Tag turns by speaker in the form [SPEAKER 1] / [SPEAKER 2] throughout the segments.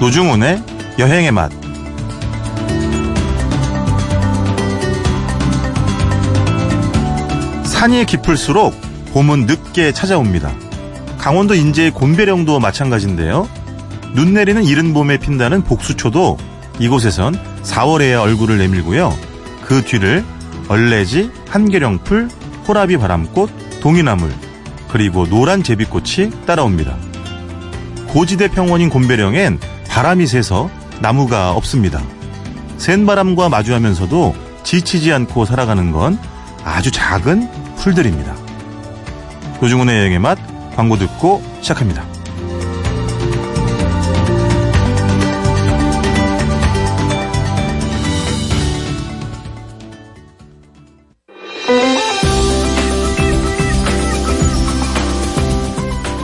[SPEAKER 1] 노중훈의 여행의 맛. 산이 깊을수록 봄은 늦게 찾아옵니다. 강원도 인제의 곤배령도 마찬가지인데요. 눈 내리는 이른 봄에 핀다는 복수초도 이곳에선 4월에야 얼굴을 내밀고요. 그 뒤를 얼레지, 한계령풀, 호라비 바람꽃, 동이나물, 그리고 노란 제비꽃이 따라옵니다. 고지대 평원인 곤배령엔 바람이 세서 나무가 없습니다. 센 바람과 마주하면서도 지치지 않고 살아가는 건 아주 작은 풀들입니다. 노중훈의 여행의 맛 광고 듣고 시작합니다.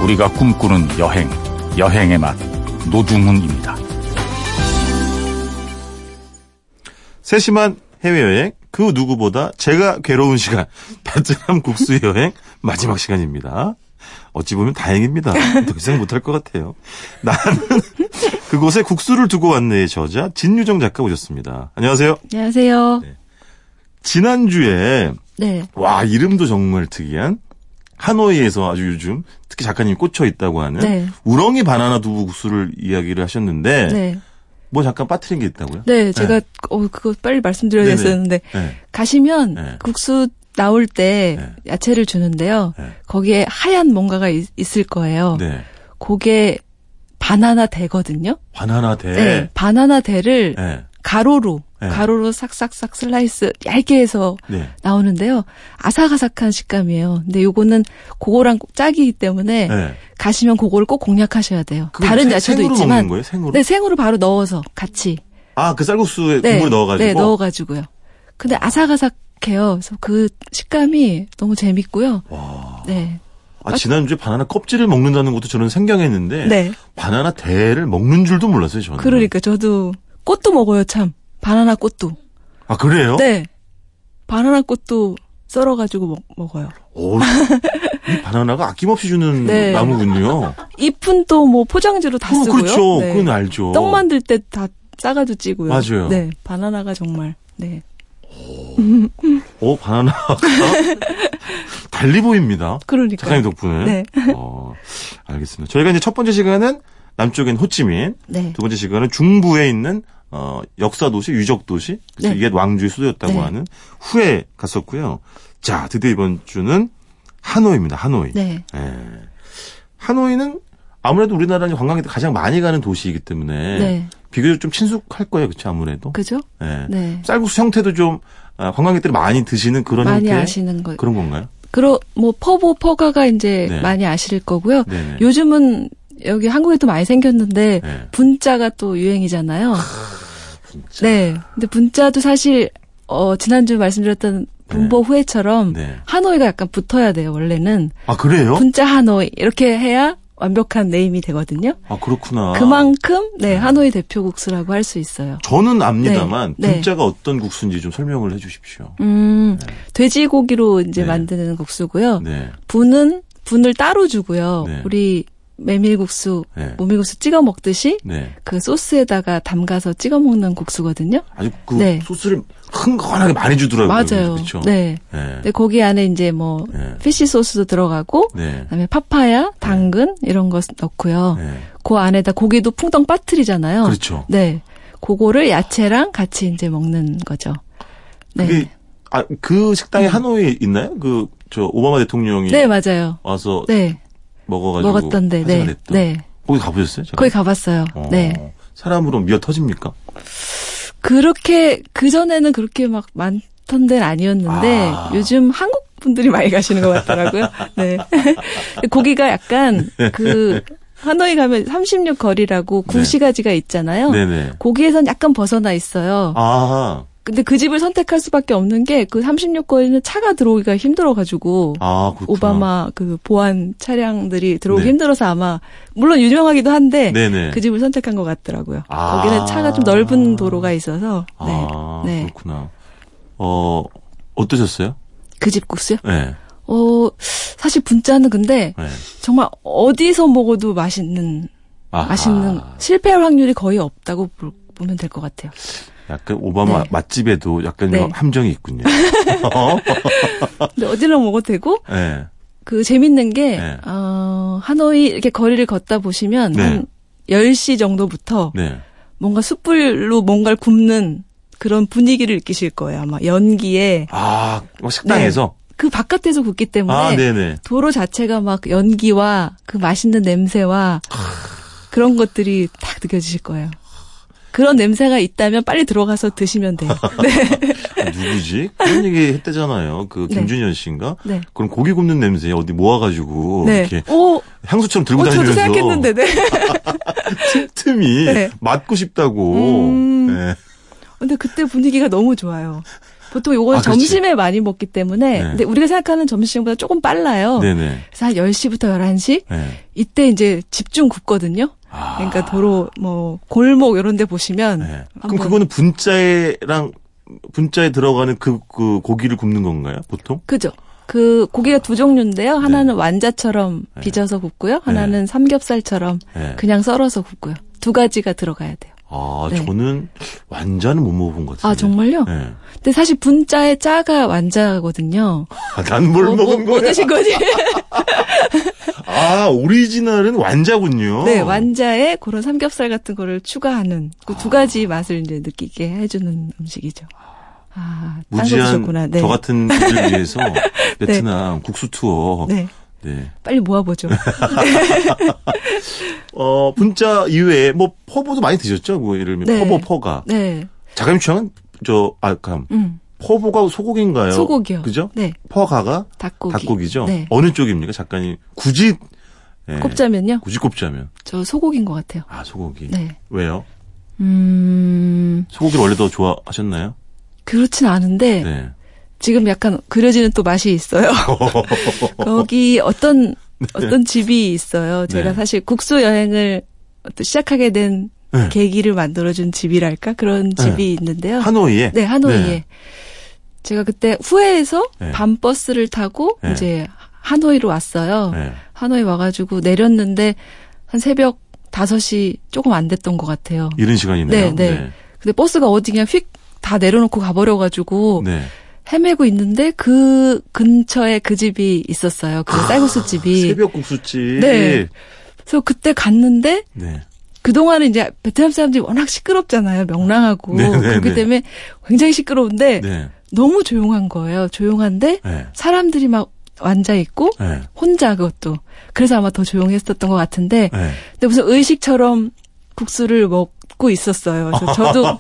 [SPEAKER 2] 우리가 꿈꾸는 여행, 여행의 맛, 노중훈입니다.
[SPEAKER 1] 세심한 해외여행 그 누구보다 제가 괴로운 시간 베트남 국수 여행 마지막 시간입니다. 어찌 보면 다행입니다. 더 이상 못할 것 같아요. 나는 그곳에 국수를 두고 왔네의 저자 진유정 작가 오셨습니다. 안녕하세요.
[SPEAKER 3] 안녕하세요.
[SPEAKER 1] 네. 지난주에
[SPEAKER 3] 네.
[SPEAKER 1] 와 이름도 정말 특이한 하노이에서 아주 요즘 특히 작가님이 꽂혀 있다고 하는
[SPEAKER 3] 네.
[SPEAKER 1] 우렁이 바나나 두부 국수를 이야기를 하셨는데
[SPEAKER 3] 네.
[SPEAKER 1] 뭐 잠깐 빠뜨린 게 있다고요?
[SPEAKER 3] 네, 제가 어 그거 빨리 말씀드려야
[SPEAKER 1] 네네.
[SPEAKER 3] 됐었는데
[SPEAKER 1] 네.
[SPEAKER 3] 가시면
[SPEAKER 1] 네.
[SPEAKER 3] 국수 나올 때
[SPEAKER 1] 네.
[SPEAKER 3] 야채를 주는데요.
[SPEAKER 1] 네.
[SPEAKER 3] 거기에 하얀 뭔가가 있, 을 거예요.
[SPEAKER 1] 네.
[SPEAKER 3] 그게 바나나 대거든요. 네.
[SPEAKER 1] 바나나 대.
[SPEAKER 3] 바나나 대를
[SPEAKER 1] 네.
[SPEAKER 3] 가로로
[SPEAKER 1] 네.
[SPEAKER 3] 가로로 싹싹싹 슬라이스 얇게 해서
[SPEAKER 1] 네.
[SPEAKER 3] 나오는데요. 아삭아삭한 식감이에요. 근데 요거는 그거랑 꼭 짝이기 때문에
[SPEAKER 1] 네.
[SPEAKER 3] 가시면 그거를 꼭 공략하셔야 돼요.
[SPEAKER 1] 그건
[SPEAKER 3] 다른
[SPEAKER 1] 생-
[SPEAKER 3] 야채도
[SPEAKER 1] 생으로
[SPEAKER 3] 있지만
[SPEAKER 1] 먹는 거예요? 생으로?
[SPEAKER 3] 네, 생으로 바로 넣어서 같이
[SPEAKER 1] 아, 그 쌀국수에 국물 넣어가지고.
[SPEAKER 3] 네, 넣어가지고요. 근데 아삭아삭해요. 그래서 그 식감이 너무 재밌고요.
[SPEAKER 1] 와.
[SPEAKER 3] 네.
[SPEAKER 1] 아, 지난주에 바나나 껍질을 먹는다는 것도 저는 생경했는데.
[SPEAKER 3] 네.
[SPEAKER 1] 바나나 대를 먹는 줄도 몰랐어요, 저는.
[SPEAKER 3] 그러니까 저도 꽃도 먹어요, 참. 바나나 꽃도.
[SPEAKER 1] 아, 그래요?
[SPEAKER 3] 네. 바나나 꽃도 썰어가지고 먹, 먹어요.
[SPEAKER 1] 오, 이 바나나가 아낌없이 주는
[SPEAKER 3] 네.
[SPEAKER 1] 나무군요.
[SPEAKER 3] 잎은 또 뭐 포장지로 다
[SPEAKER 1] 그럼
[SPEAKER 3] 쓰고요.
[SPEAKER 1] 그렇죠.
[SPEAKER 3] 네.
[SPEAKER 1] 그건 알죠.
[SPEAKER 3] 떡 만들 때 다 싸가지고 찌고요.
[SPEAKER 1] 맞아요.
[SPEAKER 3] 네. 바나나가 정말. 네.
[SPEAKER 1] 오, 바나나가 달리 보입니다.
[SPEAKER 3] 그러니까.
[SPEAKER 1] 작가님 덕분에.
[SPEAKER 3] 네.
[SPEAKER 1] 어, 알겠습니다. 저희가 이제 첫 번째 시간은 남쪽엔 호찌민,
[SPEAKER 3] 네.
[SPEAKER 1] 두 번째 시간은 중부에 있는 어, 역사 도시, 유적 도시, 그래서
[SPEAKER 3] 네.
[SPEAKER 1] 이게 왕조의 수도였다고
[SPEAKER 3] 네.
[SPEAKER 1] 하는 후에 갔었고요. 자, 드디어 이번 주는 하노이입니다. 하노이.
[SPEAKER 3] 네.
[SPEAKER 1] 예. 하노이는 아무래도 우리나라 관광객들 가장 많이 가는 도시이기 때문에
[SPEAKER 3] 네.
[SPEAKER 1] 비교적 좀 친숙할 거예요, 그렇죠? 아무래도.
[SPEAKER 3] 그죠?
[SPEAKER 1] 예.
[SPEAKER 3] 네.
[SPEAKER 1] 쌀국수 형태도 좀 아, 관광객들이 많이 드시는 그런
[SPEAKER 3] 많이
[SPEAKER 1] 형태
[SPEAKER 3] 아시는 거.
[SPEAKER 1] 그런 건가요?
[SPEAKER 3] 그러 뭐 퍼보 퍼가가 이제
[SPEAKER 1] 네.
[SPEAKER 3] 많이 아실 거고요.
[SPEAKER 1] 네네.
[SPEAKER 3] 요즘은 여기 한국에도 많이 생겼는데
[SPEAKER 1] 네.
[SPEAKER 3] 분짜가 또 유행이잖아요. 네. 근데 분짜도 사실 어 지난주 말씀드렸던 분보 후회처럼
[SPEAKER 1] 네.
[SPEAKER 3] 하노이가 약간 붙어야 돼요. 원래는
[SPEAKER 1] 아 그래요?
[SPEAKER 3] 분짜 하노이 이렇게 해야 완벽한 네임이 되거든요.
[SPEAKER 1] 아 그렇구나.
[SPEAKER 3] 그만큼 네 하노이 대표 국수라고 할 수 있어요.
[SPEAKER 1] 저는 압니다만
[SPEAKER 3] 네, 네.
[SPEAKER 1] 분짜가 어떤 국수인지 좀 설명을 해주십시오.
[SPEAKER 3] 음 돼지고기로 이제
[SPEAKER 1] 네.
[SPEAKER 3] 만드는 국수고요.
[SPEAKER 1] 네.
[SPEAKER 3] 분은 분을 따로 주고요.
[SPEAKER 1] 네.
[SPEAKER 3] 우리 메밀국수,
[SPEAKER 1] 네.
[SPEAKER 3] 메밀국수 찍어 먹듯이
[SPEAKER 1] 네.
[SPEAKER 3] 그 소스에다가 담가서 찍어 먹는 국수거든요.
[SPEAKER 1] 아주 그
[SPEAKER 3] 네.
[SPEAKER 1] 소스를 흥건하게 많이 주더라고요.
[SPEAKER 3] 맞아요.
[SPEAKER 1] 그렇죠.
[SPEAKER 3] 네.
[SPEAKER 1] 네.
[SPEAKER 3] 근데 거기 안에 이제 뭐
[SPEAKER 1] 네.
[SPEAKER 3] 피쉬 소스도 들어가고
[SPEAKER 1] 네.
[SPEAKER 3] 그다음에 파파야, 당근 이런 거 넣고요.
[SPEAKER 1] 네.
[SPEAKER 3] 그 안에다 고기도 풍덩 빠뜨리잖아요.
[SPEAKER 1] 그렇죠.
[SPEAKER 3] 네. 그거를 야채랑 같이 이제 먹는 거죠. 네. 음.
[SPEAKER 1] 그게 아, 그 식당이 하노이에 있나요? 그 저 오바마 대통령이
[SPEAKER 3] 네, 맞아요.
[SPEAKER 1] 와서
[SPEAKER 3] 네.
[SPEAKER 1] 먹어가지고
[SPEAKER 3] 먹었던데.
[SPEAKER 1] 화제가
[SPEAKER 3] 네.
[SPEAKER 1] 됐던.
[SPEAKER 3] 네.
[SPEAKER 1] 거기 가보셨어요? 제가?
[SPEAKER 3] 거기 가 봤어요.
[SPEAKER 1] 어,
[SPEAKER 3] 네.
[SPEAKER 1] 사람으로 미어 터집니까?
[SPEAKER 3] 그렇게 그 전에는 그렇게 막 많던 데는 아니었는데
[SPEAKER 1] 아.
[SPEAKER 3] 요즘 한국 분들이 많이 가시는 것 같더라고요. 네. 거기가 약간 그 하노이 가면 36 거리라고
[SPEAKER 1] 네.
[SPEAKER 3] 구시가지가 있잖아요.
[SPEAKER 1] 네네.
[SPEAKER 3] 거기에선 약간 벗어나 있어요.
[SPEAKER 1] 아,
[SPEAKER 3] 근데 그 집을 선택할 수밖에 없는 게 그 36 거리는 차가 들어오기가 힘들어가지고
[SPEAKER 1] 아, 그렇구나.
[SPEAKER 3] 오바마 그 보안 차량들이 들어오기
[SPEAKER 1] 네.
[SPEAKER 3] 힘들어서 아마 물론 유명하기도 한데
[SPEAKER 1] 네네.
[SPEAKER 3] 그 집을 선택한 것 같더라고요.
[SPEAKER 1] 아.
[SPEAKER 3] 거기는 차가 좀 넓은 도로가 있어서 네.
[SPEAKER 1] 아,
[SPEAKER 3] 네.
[SPEAKER 1] 그렇구나. 어, 어떠셨어요?
[SPEAKER 3] 그 집 국수요?
[SPEAKER 1] 네.
[SPEAKER 3] 어, 사실 분짜는 근데
[SPEAKER 1] 네.
[SPEAKER 3] 정말 어디서 먹어도 맛있는
[SPEAKER 1] 아하.
[SPEAKER 3] 맛있는 실패할 확률이 거의 없다고 볼- 보면 될 것 같아요.
[SPEAKER 1] 약간 오바마
[SPEAKER 3] 네.
[SPEAKER 1] 맛집에도 약간
[SPEAKER 3] 네.
[SPEAKER 1] 함정이 있군요.
[SPEAKER 3] 근데 어질러 먹어도 되고
[SPEAKER 1] 예.
[SPEAKER 3] 그 재밌는 게
[SPEAKER 1] 네.
[SPEAKER 3] 어, 하노이 이렇게 거리를 걷다 보시면
[SPEAKER 1] 네.
[SPEAKER 3] 한 10시 정도부터
[SPEAKER 1] 네.
[SPEAKER 3] 뭔가 숯불로 뭔가를 굽는 그런 분위기를 느끼실 거예요. 아마 연기에
[SPEAKER 1] 아, 뭐 식당에서?
[SPEAKER 3] 그 바깥에서 굽기 때문에
[SPEAKER 1] 아, 네네.
[SPEAKER 3] 도로 자체가 막 연기와 그 맛있는 냄새와 그런 것들이 딱 느껴지실 거예요. 그런 냄새가 있다면 빨리 들어가서 드시면 돼요.
[SPEAKER 1] 누구지? 그런 얘기 했대잖아요. 그
[SPEAKER 3] 네.
[SPEAKER 1] 김준현 씨인가?
[SPEAKER 3] 네.
[SPEAKER 1] 그럼 고기 굽는 냄새 어디 모아가지고
[SPEAKER 3] 네.
[SPEAKER 1] 이렇게
[SPEAKER 3] 오,
[SPEAKER 1] 향수처럼 들고
[SPEAKER 3] 어,
[SPEAKER 1] 다니면서
[SPEAKER 3] 저도 생각했는데, 네.
[SPEAKER 1] 틈이
[SPEAKER 3] 네.
[SPEAKER 1] 맞고 싶다고.
[SPEAKER 3] 음.
[SPEAKER 1] 네.
[SPEAKER 3] 근데 그때 분위기가 너무 좋아요. 보통 요걸
[SPEAKER 1] 아, 그렇지.
[SPEAKER 3] 점심에 많이 먹기 때문에,
[SPEAKER 1] 네.
[SPEAKER 3] 근데 우리가 생각하는 점심보다 조금 빨라요.
[SPEAKER 1] 네네.
[SPEAKER 3] 그래서 한 10시부터 11시?
[SPEAKER 1] 네.
[SPEAKER 3] 이때 이제 집중 굽거든요.
[SPEAKER 1] 아.
[SPEAKER 3] 그러니까 도로, 뭐, 골목 이런 데 보시면.
[SPEAKER 1] 네. 그럼
[SPEAKER 3] 음, 한번-
[SPEAKER 1] 그거는 분짜랑 분짜에 들어가는 그, 그 고기를 굽는 건가요? 보통?
[SPEAKER 3] 그죠. 그 고기가 두 종류인데요.
[SPEAKER 1] 네.
[SPEAKER 3] 하나는 완자처럼 빚어서 굽고요. 하나는 삼겹살처럼
[SPEAKER 1] 네.
[SPEAKER 3] 그냥 썰어서 굽고요. 두 가지가 들어가야 돼요.
[SPEAKER 1] 아,
[SPEAKER 3] 네.
[SPEAKER 1] 저는 완자는 못 먹어본 것 같아요.
[SPEAKER 3] 아 정말요?
[SPEAKER 1] 네.
[SPEAKER 3] 근데 사실 분자의 짜가 완자거든요.
[SPEAKER 1] 아, 난뭘
[SPEAKER 3] 뭐,
[SPEAKER 1] 먹은
[SPEAKER 3] 뭐, 뭐
[SPEAKER 1] 거야?
[SPEAKER 3] 드신 거지?
[SPEAKER 1] 아, 오리지널은 완자군요.
[SPEAKER 3] 네, 완자에 그런 삼겹살 같은 거를 추가하는 그 두 가지 맛을 이제 느끼게 해주는 음식이죠. 아, 딴거
[SPEAKER 1] 무지한
[SPEAKER 3] 드셨구나. 네.
[SPEAKER 1] 저 같은 분들 위해서 베트남 국수 투어. 네.
[SPEAKER 3] 네, 빨리 모아보죠.
[SPEAKER 1] 어, 분짜 이외에 뭐 퍼보도 많이 드셨죠? 뭐 예를 들면
[SPEAKER 3] 네.
[SPEAKER 1] 퍼보 퍼가.
[SPEAKER 3] 네,
[SPEAKER 1] 자감 추앙은 저 아감.
[SPEAKER 3] 음,
[SPEAKER 1] 퍼보가 소고기인가요?
[SPEAKER 3] 소고기요.
[SPEAKER 1] 어, 그죠?
[SPEAKER 3] 네,
[SPEAKER 1] 퍼가가
[SPEAKER 3] 닭고기.
[SPEAKER 1] 닭고기죠.
[SPEAKER 3] 네.
[SPEAKER 1] 어느 쪽입니까? 작가님 굳이 예,
[SPEAKER 3] 꼽자면요,
[SPEAKER 1] 굳이 꼽자면
[SPEAKER 3] 저 소고기인 것 같아요.
[SPEAKER 1] 아 소고기.
[SPEAKER 3] 네.
[SPEAKER 1] 왜요?
[SPEAKER 3] 음,
[SPEAKER 1] 소고기를 원래 더 좋아하셨나요?
[SPEAKER 3] 그렇진 않은데,
[SPEAKER 1] 네.
[SPEAKER 3] 지금 약간 그려지는 또 맛이 있어요. 거기 어떤, 어떤 집이 있어요. 제가
[SPEAKER 1] 네.
[SPEAKER 3] 사실 국수 여행을 또 시작하게 된
[SPEAKER 1] 네.
[SPEAKER 3] 계기를 만들어준 집이랄까? 그런
[SPEAKER 1] 네.
[SPEAKER 3] 집이 있는데요.
[SPEAKER 1] 하노이에.
[SPEAKER 3] 네, 하노이에. 제가 그때 후에에서
[SPEAKER 1] 네.
[SPEAKER 3] 밤버스를 타고
[SPEAKER 1] 네.
[SPEAKER 3] 이제 하노이로 왔어요.
[SPEAKER 1] 네.
[SPEAKER 3] 하노이 와가지고 내렸는데 한 새벽 5시 조금 안 됐던 것 같아요.
[SPEAKER 1] 이른 시간이네요.
[SPEAKER 3] 네, 네. 근데 버스가 어디 그냥 휙 다 내려놓고 가버려가지고
[SPEAKER 1] 네.
[SPEAKER 3] 헤매고 있는데 그 근처에 그 집이 있었어요. 그 쌀국수 집이.
[SPEAKER 1] 아, 새벽 국수집.
[SPEAKER 3] 네. 그래서 그때 갔는데
[SPEAKER 1] 네.
[SPEAKER 3] 그동안은 이제 베트남 사람들이 워낙 시끄럽잖아요. 명랑하고.
[SPEAKER 1] 네, 네,
[SPEAKER 3] 그렇기
[SPEAKER 1] 네.
[SPEAKER 3] 때문에 굉장히 시끄러운데
[SPEAKER 1] 네.
[SPEAKER 3] 너무 조용한 거예요. 조용한데
[SPEAKER 1] 네.
[SPEAKER 3] 사람들이 막 앉아 있고
[SPEAKER 1] 네.
[SPEAKER 3] 혼자 그것도. 그래서 아마 더 조용했었던 것 같은데
[SPEAKER 1] 네.
[SPEAKER 3] 근데 무슨 의식처럼 국수를 먹고 있었어요. 그래서 저도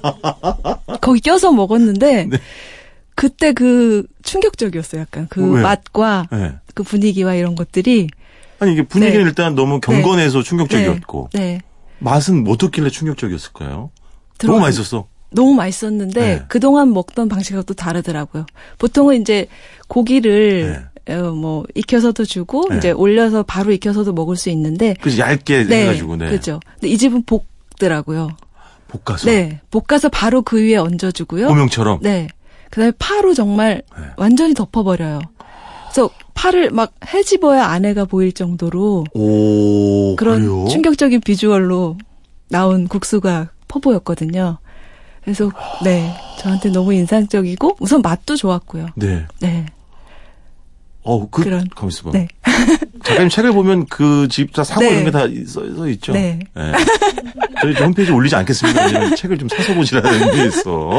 [SPEAKER 3] 거기 껴서 먹었는데
[SPEAKER 1] 네.
[SPEAKER 3] 그때 그 충격적이었어요. 약간 그
[SPEAKER 1] 왜요?
[SPEAKER 3] 맛과
[SPEAKER 1] 네.
[SPEAKER 3] 그 분위기와 이런 것들이
[SPEAKER 1] 아니 이게 분위기는
[SPEAKER 3] 네.
[SPEAKER 1] 일단 너무 경건해서 충격적이었고
[SPEAKER 3] 네, 네.
[SPEAKER 1] 맛은 뭐 어떻길래 충격적이었을까요? 너무
[SPEAKER 3] 들어가-
[SPEAKER 1] 맛있었어.
[SPEAKER 3] 너무 맛있었는데
[SPEAKER 1] 네.
[SPEAKER 3] 그동안 먹던 방식하고 또 다르더라고요. 보통은 이제 고기를 어, 뭐 익혀서도 주고
[SPEAKER 1] 네.
[SPEAKER 3] 이제 올려서 바로 익혀서도 먹을 수 있는데
[SPEAKER 1] 그래서 얇게 해가지고 네.
[SPEAKER 3] 그죠. 근데 이 집은 볶더라고요.
[SPEAKER 1] 볶아서
[SPEAKER 3] 네, 볶아서 바로 그 위에 얹어주고요.
[SPEAKER 1] 오명처럼.
[SPEAKER 3] 네. 그다음에 파로 정말
[SPEAKER 1] 네.
[SPEAKER 3] 완전히 덮어버려요. 그래서 파를 막 헤집어야 안에가 보일 정도로
[SPEAKER 1] 오
[SPEAKER 3] 그런
[SPEAKER 1] 어, 그래요?
[SPEAKER 3] 충격적인 비주얼로 나온 국수가 퍼보였거든요. 그래서 네 저한테 너무 인상적이고 우선 맛도 좋았고요.
[SPEAKER 1] 네.
[SPEAKER 3] 네,
[SPEAKER 1] 어, 그,
[SPEAKER 3] 그런-
[SPEAKER 1] 가만 있어봐.
[SPEAKER 3] 네,
[SPEAKER 1] 작가님 책을 보면 그 집 다 사고
[SPEAKER 3] 네.
[SPEAKER 1] 이런 게 다 써, 써 있죠?
[SPEAKER 3] 네.
[SPEAKER 1] 예. 저희 저 홈페이지 올리지 않겠습니다. 왜냐면 책을 좀 사서 보시라는 의미에서.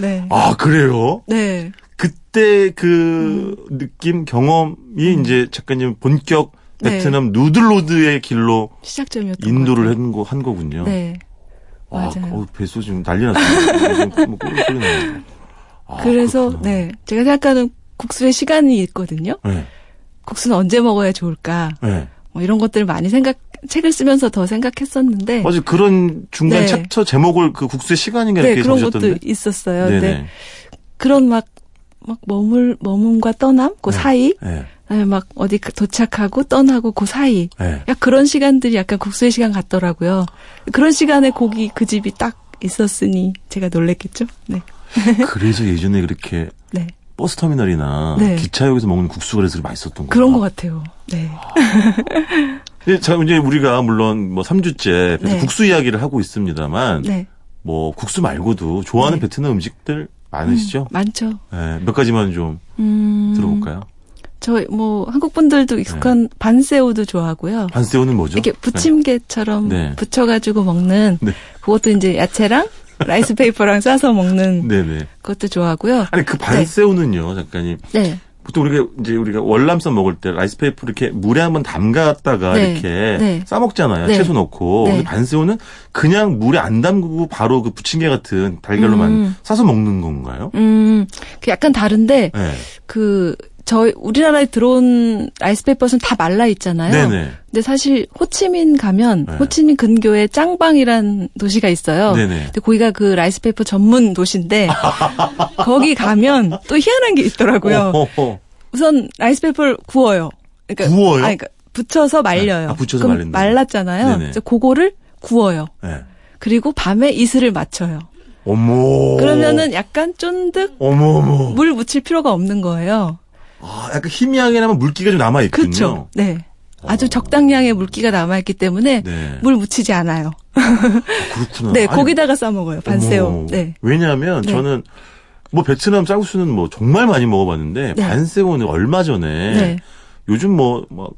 [SPEAKER 3] 네,
[SPEAKER 1] 아, 그래요?
[SPEAKER 3] 네,
[SPEAKER 1] 그때 그 느낌, 경험이 이제 작가님 본격
[SPEAKER 3] 음. 네.
[SPEAKER 1] 베트남 누들로드의 길로
[SPEAKER 3] 시작점이었던
[SPEAKER 1] 인도를
[SPEAKER 3] 것
[SPEAKER 1] 한, 거, 한 거군요.
[SPEAKER 3] 같아요. 네,
[SPEAKER 1] 아,
[SPEAKER 3] 맞아요.
[SPEAKER 1] 어, 뱃소 지금 난리 났어요. 지금 뭐 꼬리 꼬리네요. 아,
[SPEAKER 3] 그래서
[SPEAKER 1] 그렇구나.
[SPEAKER 3] 네 제가 생각하는 국수의 시간이 있거든요.
[SPEAKER 1] 네.
[SPEAKER 3] 국수는 언제 먹어야 좋을까?
[SPEAKER 1] 네.
[SPEAKER 3] 뭐 이런 것들을 많이 생각 책을 쓰면서 더 생각했었는데
[SPEAKER 1] 맞아 그런 중간
[SPEAKER 3] 네.
[SPEAKER 1] 챕터 제목을 그 국수의 시간인가
[SPEAKER 3] 네
[SPEAKER 1] 이렇게
[SPEAKER 3] 그런
[SPEAKER 1] 적으셨던데. 네,
[SPEAKER 3] 것도 있었어요. 네. 근데 그런 막 막 머물 머문과 떠남 그
[SPEAKER 1] 네.
[SPEAKER 3] 사이
[SPEAKER 1] 네.
[SPEAKER 3] 그다음에 막 어디 가- 도착하고 떠나고 그 사이
[SPEAKER 1] 네.
[SPEAKER 3] 약 그런 시간들이 약간 국수의 시간 같더라고요. 그런 시간에 고기 그 집이 딱 있었으니 제가 놀랬겠죠. 네,
[SPEAKER 1] 그래서 예전에 그렇게
[SPEAKER 3] 네,
[SPEAKER 1] 버스터미널이나
[SPEAKER 3] 네.
[SPEAKER 1] 기차역에서 먹는 국수가 그래서 맛있었던 거야.
[SPEAKER 3] 그런 것 같아요. 네.
[SPEAKER 1] 예, 자, 이제 우리가 물론 뭐 3주째
[SPEAKER 3] 네.
[SPEAKER 1] 국수 이야기를 하고 있습니다만
[SPEAKER 3] 네.
[SPEAKER 1] 뭐 국수 말고도 좋아하는
[SPEAKER 3] 네.
[SPEAKER 1] 베트남 음식들 많으시죠?
[SPEAKER 3] 많죠.
[SPEAKER 1] 예, 몇 가지만 좀
[SPEAKER 3] 음.
[SPEAKER 1] 들어볼까요?
[SPEAKER 3] 저 뭐 한국 분들도 익숙한
[SPEAKER 1] 네.
[SPEAKER 3] 반새우도 좋아하고요.
[SPEAKER 1] 반스테오는 뭐죠?
[SPEAKER 3] 이렇게 부침개처럼
[SPEAKER 1] 네.
[SPEAKER 3] 부쳐가지고 먹는
[SPEAKER 1] 네.
[SPEAKER 3] 그것도 이제 야채랑 라이스 페이퍼랑 싸서 먹는
[SPEAKER 1] 네, 네.
[SPEAKER 3] 것도 좋아하고요.
[SPEAKER 1] 아니 그 반새우는요, 작가님.
[SPEAKER 3] 네,
[SPEAKER 1] 보통 우리가 이제 우리가 월남쌈 먹을 때 라이스페이퍼 이렇게 물에 한번 담갔다가
[SPEAKER 3] 네.
[SPEAKER 1] 이렇게
[SPEAKER 3] 네.
[SPEAKER 1] 싸 먹잖아요.
[SPEAKER 3] 네.
[SPEAKER 1] 채소 넣고.
[SPEAKER 3] 네.
[SPEAKER 1] 근데 반새우는 그냥 물에 안 담그고 바로 그 부침개 같은 달걀로만
[SPEAKER 3] 음.
[SPEAKER 1] 싸서 먹는 건가요?
[SPEAKER 3] 음, 그 약간 다른데
[SPEAKER 1] 네.
[SPEAKER 3] 그 저희 우리나라에 들어온 라이스 페이퍼는 다 말라 있잖아요.
[SPEAKER 1] 네네.
[SPEAKER 3] 근데 사실 호치민 가면
[SPEAKER 1] 네.
[SPEAKER 3] 호치민 근교에 짱방이란 도시가 있어요.
[SPEAKER 1] 네네.
[SPEAKER 3] 근데 거기가 그 라이스 페이퍼 전문 도시인데 거기 가면 또 희한한 게 있더라고요.
[SPEAKER 1] 어허허.
[SPEAKER 3] 우선 라이스 페이퍼를 구워요. 그러니까
[SPEAKER 1] 구워요?
[SPEAKER 3] 아니, 그러니까 붙여서 말려요.
[SPEAKER 1] 아, 붙여서
[SPEAKER 3] 그럼
[SPEAKER 1] 말린다.
[SPEAKER 3] 말랐잖아요.
[SPEAKER 1] 네네.
[SPEAKER 3] 그래서 그거를 구워요.
[SPEAKER 1] 네.
[SPEAKER 3] 그리고 밤에 이슬을 맞춰요.
[SPEAKER 1] 어머.
[SPEAKER 3] 그러면은 약간 쫀득
[SPEAKER 1] 어머 어머.
[SPEAKER 3] 물 묻힐 필요가 없는 거예요.
[SPEAKER 1] 아, 약간 희미하게나마 물기가 좀 남아 있군요.
[SPEAKER 3] 그렇죠. 네. 아주 적당량의 물기가 남아있기 때문에
[SPEAKER 1] 네.
[SPEAKER 3] 물 묻히지 않아요.
[SPEAKER 1] 그렇구나.
[SPEAKER 3] 네,
[SPEAKER 1] 아니,
[SPEAKER 3] 거기다가 싸 먹어요.
[SPEAKER 1] 어머.
[SPEAKER 3] 반새우. 네.
[SPEAKER 1] 왜냐하면
[SPEAKER 3] 네.
[SPEAKER 1] 저는 뭐 베트남 쌀국수는 뭐 정말 많이 먹어봤는데
[SPEAKER 3] 네.
[SPEAKER 1] 반새우는 얼마 전에
[SPEAKER 3] 네.
[SPEAKER 1] 요즘 뭐막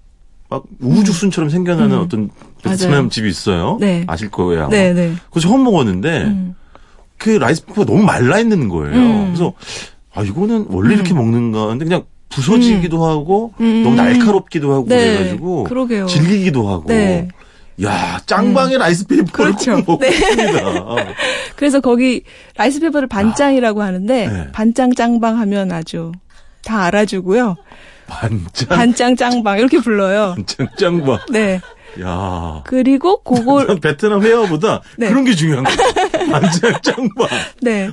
[SPEAKER 1] 막 우후죽순처럼 생겨나는
[SPEAKER 3] 음.
[SPEAKER 1] 어떤 베트남
[SPEAKER 3] 맞아요.
[SPEAKER 1] 집이 있어요.
[SPEAKER 3] 네.
[SPEAKER 1] 아실 거예요. 아마.
[SPEAKER 3] 네, 네.
[SPEAKER 1] 그래서 처음 먹었는데
[SPEAKER 3] 음.
[SPEAKER 1] 그 라이스페이퍼가 너무 말라 있는 거예요.
[SPEAKER 3] 음.
[SPEAKER 1] 그래서 아 이거는 원래 이렇게 먹는 건데 그냥 부서지기도 하고
[SPEAKER 3] 음.
[SPEAKER 1] 너무 날카롭기도 하고
[SPEAKER 3] 네.
[SPEAKER 1] 그래가지고
[SPEAKER 3] 그러게요.
[SPEAKER 1] 질기기도 하고.
[SPEAKER 3] 네. 음.
[SPEAKER 1] 야, 짱방의 라이스페이퍼를
[SPEAKER 3] 그렇죠.
[SPEAKER 1] 꼭 먹고
[SPEAKER 3] 네.
[SPEAKER 1] 있습니다.
[SPEAKER 3] 그래서 거기 라이스페이퍼를 반짱이라고 하는데
[SPEAKER 1] 아. 네.
[SPEAKER 3] 반짱 짱방 하면 아주 다 알아주고요.
[SPEAKER 1] 반짱,
[SPEAKER 3] 반짱 짱방 이렇게 불러요.
[SPEAKER 1] 짱, 짱방.
[SPEAKER 3] 네.
[SPEAKER 1] 야.
[SPEAKER 3] 그리고 그걸
[SPEAKER 1] 난 베트남 회화보다
[SPEAKER 3] 네.
[SPEAKER 1] 그런 게 중요한 거야. 반장 짱방.
[SPEAKER 3] 네.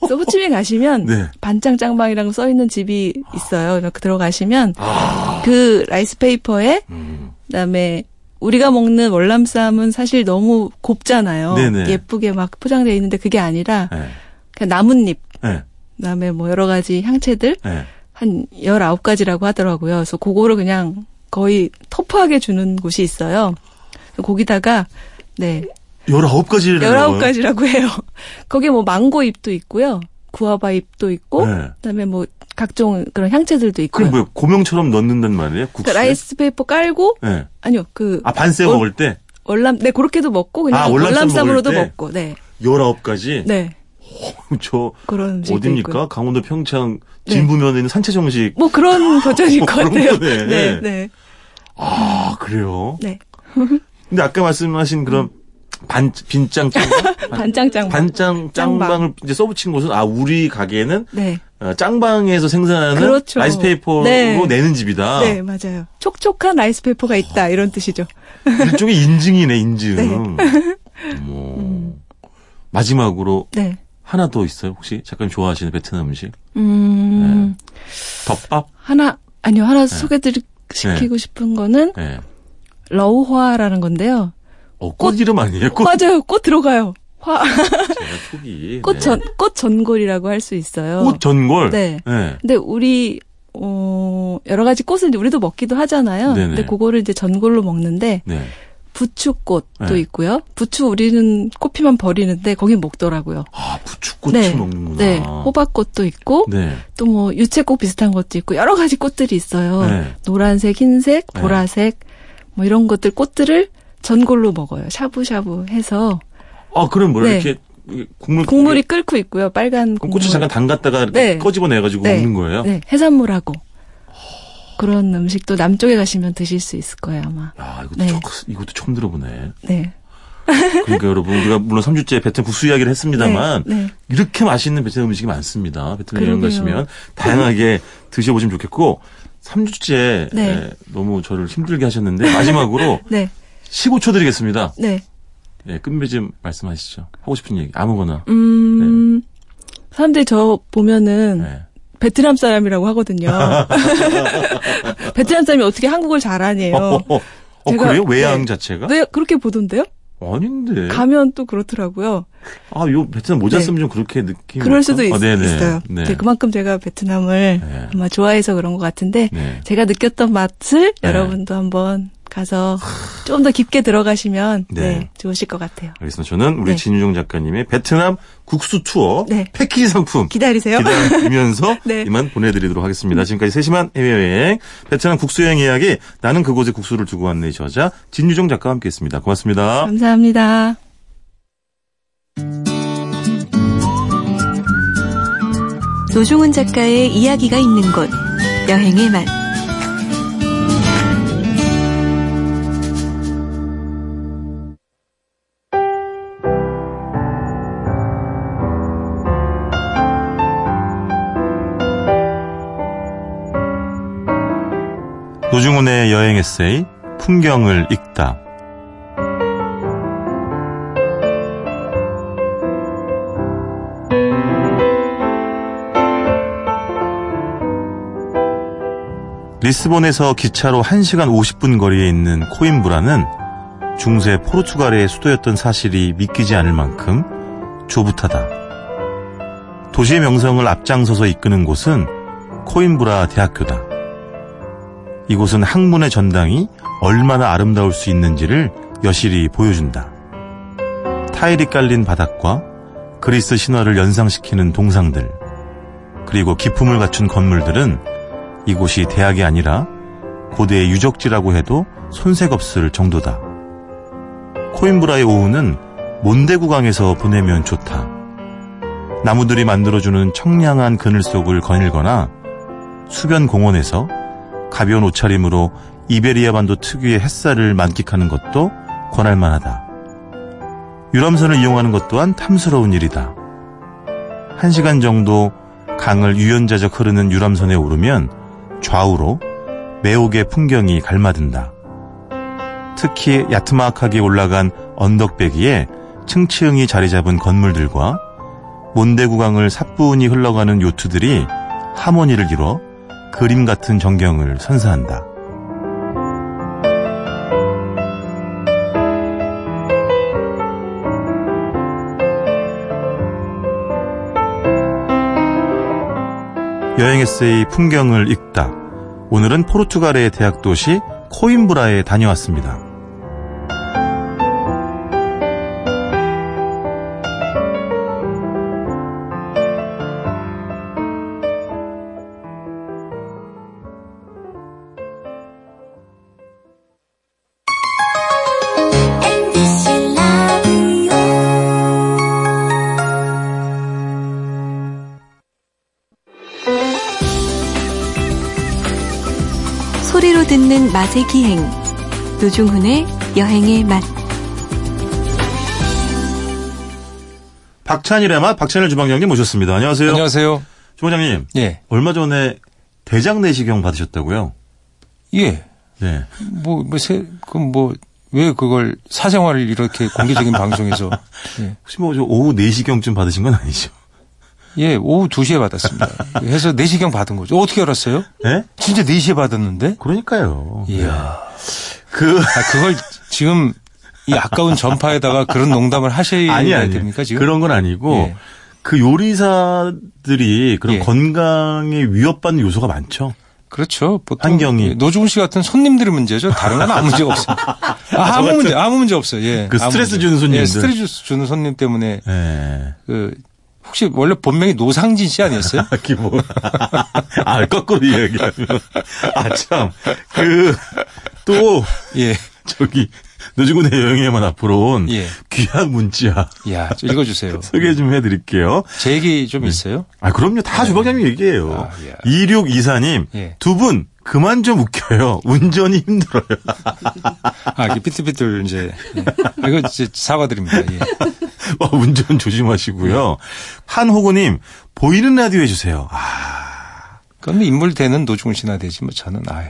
[SPEAKER 3] 그래서 호치민 가시면
[SPEAKER 1] 네.
[SPEAKER 3] 반짱 짱방이라고 써 있는 집이 있어요. 그래서 들어가시면
[SPEAKER 1] 아.
[SPEAKER 3] 그 라이스 페이퍼에
[SPEAKER 1] 음.
[SPEAKER 3] 그다음에 우리가 먹는 월남쌈은 사실 너무 곱잖아요.
[SPEAKER 1] 네네.
[SPEAKER 3] 예쁘게 막 포장되어 있는데 그게 아니라
[SPEAKER 1] 네.
[SPEAKER 3] 그냥 나뭇잎,
[SPEAKER 1] 네.
[SPEAKER 3] 그다음에 뭐 여러 가지 향채들
[SPEAKER 1] 네.
[SPEAKER 3] 한 19가지라고 하더라고요. 그래서 그거를 그냥 거의 터프하게 주는 곳이 있어요. 그래서 거기다가 네.
[SPEAKER 1] 19가지를.
[SPEAKER 3] 19가지라고 해요. 거기 뭐 망고 잎도 있고요. 구아바 잎도 있고
[SPEAKER 1] 네.
[SPEAKER 3] 그다음에 뭐 각종 그런 향채들도
[SPEAKER 1] 그럼
[SPEAKER 3] 있고요.
[SPEAKER 1] 뭐야, 고명처럼 넣는단 말이에요?
[SPEAKER 3] 그
[SPEAKER 1] 국수에?
[SPEAKER 3] 라이스 페이퍼 깔고
[SPEAKER 1] 네.
[SPEAKER 3] 아니요. 그
[SPEAKER 1] 아, 반세 우
[SPEAKER 3] 월-
[SPEAKER 1] 먹을 때
[SPEAKER 3] 월남 네 그렇게도 먹고 그냥
[SPEAKER 1] 아, 월남쌈
[SPEAKER 3] 월남쌈으로도
[SPEAKER 1] 먹을 때?
[SPEAKER 3] 먹고 네.
[SPEAKER 1] 19가지?
[SPEAKER 3] 네.
[SPEAKER 1] 저,
[SPEAKER 3] 그런 음식도
[SPEAKER 1] 어딥니까?
[SPEAKER 3] 있고요.
[SPEAKER 1] 강원도 평창
[SPEAKER 3] 네.
[SPEAKER 1] 진부면에 있는 산채정식.
[SPEAKER 3] 뭐 그런 버전일 것
[SPEAKER 1] 어, 그런
[SPEAKER 3] 같아요.
[SPEAKER 1] 거네.
[SPEAKER 3] 네. 네.
[SPEAKER 1] 아, 그래요?
[SPEAKER 3] 네.
[SPEAKER 1] 근데 아까 말씀하신 그런 반, 빈짱 짱방?
[SPEAKER 3] 반짱짱.
[SPEAKER 1] 아, 반짱 짱방을 이제 써붙인 곳은 아, 우리 가게에는
[SPEAKER 3] 네.
[SPEAKER 1] 어, 짱방에서 생산하는
[SPEAKER 3] 그렇죠.
[SPEAKER 1] 라이스페이퍼로
[SPEAKER 3] 네.
[SPEAKER 1] 내는 집이다.
[SPEAKER 3] 네, 맞아요. 촉촉한 라이스 페이퍼가 있다 이런 뜻이죠.
[SPEAKER 1] 일종의 인증이네, 인증.
[SPEAKER 3] 네.
[SPEAKER 1] 어머. 마지막으로
[SPEAKER 3] 네.
[SPEAKER 1] 하나 더 있어요, 혹시? 잠깐 좋아하시는 베트남 음식?
[SPEAKER 3] 음.
[SPEAKER 1] 네. 덮밥?
[SPEAKER 3] 하나 아니요.
[SPEAKER 1] 네.
[SPEAKER 3] 하나 소개드리 시키고 싶은 거는
[SPEAKER 1] 예.
[SPEAKER 3] 러우화라는 건데요.
[SPEAKER 1] 어, 꽃 이름 아니에요? 꽃.
[SPEAKER 3] 맞아요. 꽃 들어가요. 화,
[SPEAKER 1] 제가 초기.
[SPEAKER 3] 꽃
[SPEAKER 1] 네.
[SPEAKER 3] 전, 꽃 전골이라고 할 수 있어요.
[SPEAKER 1] 꽃 전골?
[SPEAKER 3] 네.
[SPEAKER 1] 예.
[SPEAKER 3] 근데 우리, 어, 여러 가지 꽃을 이제 우리도 먹기도 하잖아요.
[SPEAKER 1] 네네.
[SPEAKER 3] 근데 그거를 이제 전골로 먹는데,
[SPEAKER 1] 네.
[SPEAKER 3] 부추꽃도
[SPEAKER 1] 네.
[SPEAKER 3] 있고요. 부추 우리는 꽃피만 버리는데, 거긴 먹더라고요.
[SPEAKER 1] 아, 부추꽃을
[SPEAKER 3] 네.
[SPEAKER 1] 먹는구나.
[SPEAKER 3] 네. 호박꽃도 있고,
[SPEAKER 1] 네.
[SPEAKER 3] 또 뭐 유채꽃 비슷한 것도 있고, 여러 가지 꽃들이 있어요.
[SPEAKER 1] 네.
[SPEAKER 3] 노란색, 흰색,
[SPEAKER 1] 네.
[SPEAKER 3] 보라색, 뭐 이런 것들, 꽃들을 전골로 먹어요. 샤브샤브 해서.
[SPEAKER 1] 아, 그럼 뭐라
[SPEAKER 3] 네.
[SPEAKER 1] 이렇게 이게 국물
[SPEAKER 3] 국물이 끓고 있고요. 빨간
[SPEAKER 1] 그럼
[SPEAKER 3] 국물.
[SPEAKER 1] 고추 잠깐 담갔다가 이렇게
[SPEAKER 3] 네.
[SPEAKER 1] 꺼집어내가지고
[SPEAKER 3] 네.
[SPEAKER 1] 먹는 거예요?
[SPEAKER 3] 네, 해산물하고 그런 음식도 남쪽에 가시면 드실 수 있을 거예요 아마.
[SPEAKER 1] 야, 이것도,
[SPEAKER 3] 네.
[SPEAKER 1] 처- 이것도 처음 들어보네.
[SPEAKER 3] 네.
[SPEAKER 1] 그러니까 여러분, 우리가 물론 3주째 베트남 국수 이야기를 했습니다만,
[SPEAKER 3] 네, 네.
[SPEAKER 1] 이렇게 맛있는 베트남 음식이 많습니다. 베트남 여행
[SPEAKER 3] 그러게요.
[SPEAKER 1] 가시면 다양하게 드셔보시면 좋겠고, 3주째 예,
[SPEAKER 3] 네.
[SPEAKER 1] 너무 저를 힘들게 하셨는데, 마지막으로
[SPEAKER 3] 네,
[SPEAKER 1] 15초 드리겠습니다.
[SPEAKER 3] 네.
[SPEAKER 1] 예, 끝맺음 말씀하시죠. 하고 싶은 얘기, 아무거나.
[SPEAKER 3] 음, 사람들이 저 보면은
[SPEAKER 1] 네.
[SPEAKER 3] 베트남 사람이라고 하거든요. 베트남 사람이 어떻게 한국을 잘하네요.
[SPEAKER 1] 어, 어, 어,
[SPEAKER 3] 제가-
[SPEAKER 1] 그래요? 네. 외양
[SPEAKER 3] 네.
[SPEAKER 1] 자체가?
[SPEAKER 3] 왜 그렇게 보던데요?
[SPEAKER 1] 아닌데.
[SPEAKER 3] 가면 또 그렇더라고요.
[SPEAKER 1] 아, 요 베트남 모자
[SPEAKER 3] 네.
[SPEAKER 1] 쓰면 좀 그렇게 느낌.
[SPEAKER 3] 그럴 수도 있,
[SPEAKER 1] 아,
[SPEAKER 3] 어요
[SPEAKER 1] 네네. 네.
[SPEAKER 3] 그만큼 제가 베트남을
[SPEAKER 1] 네.
[SPEAKER 3] 아마 좋아해서 그런 것 같은데
[SPEAKER 1] 네.
[SPEAKER 3] 제가 느꼈던 맛을
[SPEAKER 1] 네.
[SPEAKER 3] 여러분도 한번 가서 좀 더 깊게 들어가시면
[SPEAKER 1] 네.
[SPEAKER 3] 네. 좋으실 것 같아요.
[SPEAKER 1] 알겠습니다. 저는 우리
[SPEAKER 3] 네.
[SPEAKER 1] 진유정 작가님의 베트남 국수 투어
[SPEAKER 3] 네.
[SPEAKER 1] 패키지 상품
[SPEAKER 3] 기다리세요.
[SPEAKER 1] 기다리면서
[SPEAKER 3] 네.
[SPEAKER 1] 이만 보내드리도록 하겠습니다. 지금까지 세심한 해외여행, 베트남 국수여행 이야기, 나는 그곳에 국수를 두고 왔네 저자 진유정 작가와 함께했습니다. 고맙습니다.
[SPEAKER 3] 감사합니다.
[SPEAKER 4] 노중훈 작가의 이야기가 있는 곳 여행의 맛
[SPEAKER 1] 노중훈의 여행 에세이 풍경을 읽다. 리스본에서 기차로 1시간 50분 거리에 있는 코임브라는 중세 포르투갈의 수도였던 사실이 믿기지 않을 만큼 조붓하다. 도시의 명성을 앞장서서 이끄는 곳은 코임브라 대학교다. 이곳은 학문의 전당이 얼마나 아름다울 수 있는지를 여실히 보여준다. 타일이 깔린 바닥과 그리스 신화를 연상시키는 동상들, 그리고 기품을 갖춘 건물들은 이곳이 대학이 아니라 고대의 유적지라고 해도 손색없을 정도다. 코인브라의 오후는 몬데구강에서 보내면 좋다. 나무들이 만들어주는 청량한 그늘 속을 거닐거나 수변 공원에서 가벼운 옷차림으로 이베리아 반도 특유의 햇살을 만끽하는 것도 권할 만하다. 유람선을 이용하는 것 또한 탐스러운 일이다. 한 시간 정도 강을 유연자적 흐르는 유람선에 오르면 좌우로 매옥의 풍경이 갈마든다. 특히 야트막하게 올라간 언덕배기에 층층이 자리 잡은 건물들과 몬데구강을 사뿐히 흘러가는 요트들이 하모니를 이뤄 그림 같은 전경을 선사한다. 여행 에세이 풍경을 읽다. 오늘은 포르투갈의 대학 도시 코임브라에 다녀왔습니다.
[SPEAKER 5] MBC 라디오
[SPEAKER 4] 소리로 듣는 맛의 기행 노중훈의 여행의 맛
[SPEAKER 1] 박찬일의 맛 박찬일 주방장님 모셨습니다. 안녕하세요.
[SPEAKER 6] 안녕하세요.
[SPEAKER 1] 주방장님
[SPEAKER 6] 예.
[SPEAKER 1] 얼마 전에 대장 내시경 받으셨다고요?
[SPEAKER 6] 예.
[SPEAKER 1] 네.
[SPEAKER 6] 뭐, 뭐, 세, 그럼 뭐, 왜 그걸 사생활을 이렇게 공개적인 방송에서. 예.
[SPEAKER 1] 혹시 뭐 저 오후 4시경쯤 받으신 건 아니죠?
[SPEAKER 6] 예, 오후 2시에 받았습니다. 해서 4시경 받은 거죠. 어떻게 알았어요?
[SPEAKER 1] 네?
[SPEAKER 6] 진짜 4시에 받았는데?
[SPEAKER 1] 그러니까요. 예.
[SPEAKER 6] 이야.
[SPEAKER 1] 그
[SPEAKER 6] 아, 그걸 지금 이 아까운 전파에다가 그런 농담을 하셔야
[SPEAKER 1] 아니 아니
[SPEAKER 6] 예, 됩니까, 지금?
[SPEAKER 1] 그런 건 아니고
[SPEAKER 6] 예.
[SPEAKER 1] 그 요리사들이 그런
[SPEAKER 6] 예.
[SPEAKER 1] 건강에 위협받는 요소가 많죠.
[SPEAKER 6] 그렇죠. 보통
[SPEAKER 1] 환경이.
[SPEAKER 6] 예, 노중훈 씨 같은 손님들의 문제죠. 다른 건 아무 문제 없어요. 아, 아무 문제, 아무 문제 없어요. 예.
[SPEAKER 1] 그
[SPEAKER 6] 아무
[SPEAKER 1] 스트레스
[SPEAKER 6] 문제.
[SPEAKER 1] 주는 손님들.
[SPEAKER 6] 예, 스트레스 주는 손님 때문에
[SPEAKER 1] 예.
[SPEAKER 6] 그 혹시 원래 본명이 노상진 씨 아니었어요?
[SPEAKER 1] 아, 기본. 아, 거꾸로 이야기하면. 아, 참. 그, 또,
[SPEAKER 6] 예.
[SPEAKER 1] 저기, 노지군의 여행에만 앞으로 온
[SPEAKER 6] 예.
[SPEAKER 1] 귀한 문자
[SPEAKER 6] 야, 저 읽어주세요.
[SPEAKER 1] 소개 좀 해드릴게요.
[SPEAKER 6] 제 얘기 좀 있어요?
[SPEAKER 1] 아, 그럼요. 다 주방장님 얘기예요.
[SPEAKER 6] 네. 아, 예.
[SPEAKER 1] 2624님,
[SPEAKER 6] 예.
[SPEAKER 1] 두 분, 그만 좀 웃겨요. 운전이 힘들어요.
[SPEAKER 6] 아, 이게 삐뚤삐뚤 이제 예. 아, 이거 이제 사과드립니다. 예.
[SPEAKER 1] 와, 운전 조심하시고요.
[SPEAKER 6] 네.
[SPEAKER 1] 한호구님, 보이는 라디오 해주세요. 아,
[SPEAKER 6] 그건 뭐 인물 되는 노중훈 씨나 되지 뭐 저는 아유.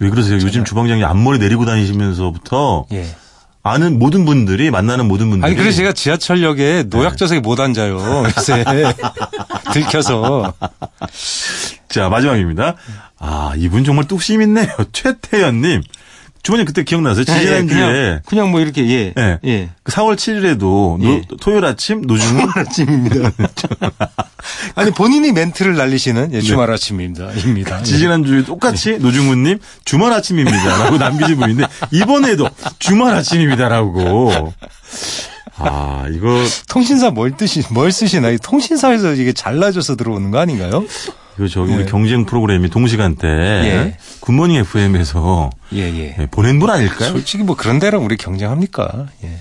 [SPEAKER 1] 왜 그러세요? 요즘 주방장님 앞머리 내리고 다니시면서부터
[SPEAKER 6] 아, 네. 예.
[SPEAKER 1] 아는 모든 분들이, 만나는 모든 분들이.
[SPEAKER 6] 아니 그래서 제가 지하철역에 노약자석에 못 앉아요. 요새 들켜서 음.
[SPEAKER 1] 자, 마지막입니다. 아, 이분 정말 뚝심 있네요. 최태현님. 주원님 그때 기억나세요? 지난주에
[SPEAKER 6] 예, 그냥, 그냥 뭐 이렇게 예.
[SPEAKER 1] 예.
[SPEAKER 6] 예.
[SPEAKER 1] 그 4월 7일에도
[SPEAKER 6] 예.
[SPEAKER 1] 토요일 아침 노중은
[SPEAKER 6] 아침입니다. 아니 본인이 멘트를 날리시는 예, 주말 아침입니다. 입니다. 예.
[SPEAKER 1] 네. 지지난주에 똑같이 노중훈님 주말 아침입니다. 라고 남기신 분인데, 이번에도 주말 아침입니다. 라고. 아, 이거,
[SPEAKER 6] 통신사 뭘 뜻이 뭘 쓰시나 이 통신사에서 이게 잘라져서 들어오는 거 아닌가요?
[SPEAKER 1] 이거 저기
[SPEAKER 6] 예.
[SPEAKER 1] 우리 경쟁 프로그램이 동시간 때,
[SPEAKER 6] 예.
[SPEAKER 1] 굿모닝 FM에서 네,
[SPEAKER 6] 예 예.
[SPEAKER 1] 보낸 분 아닐까요?
[SPEAKER 6] 솔직히 뭐 그런 데랑 우리 경쟁합니까? 예.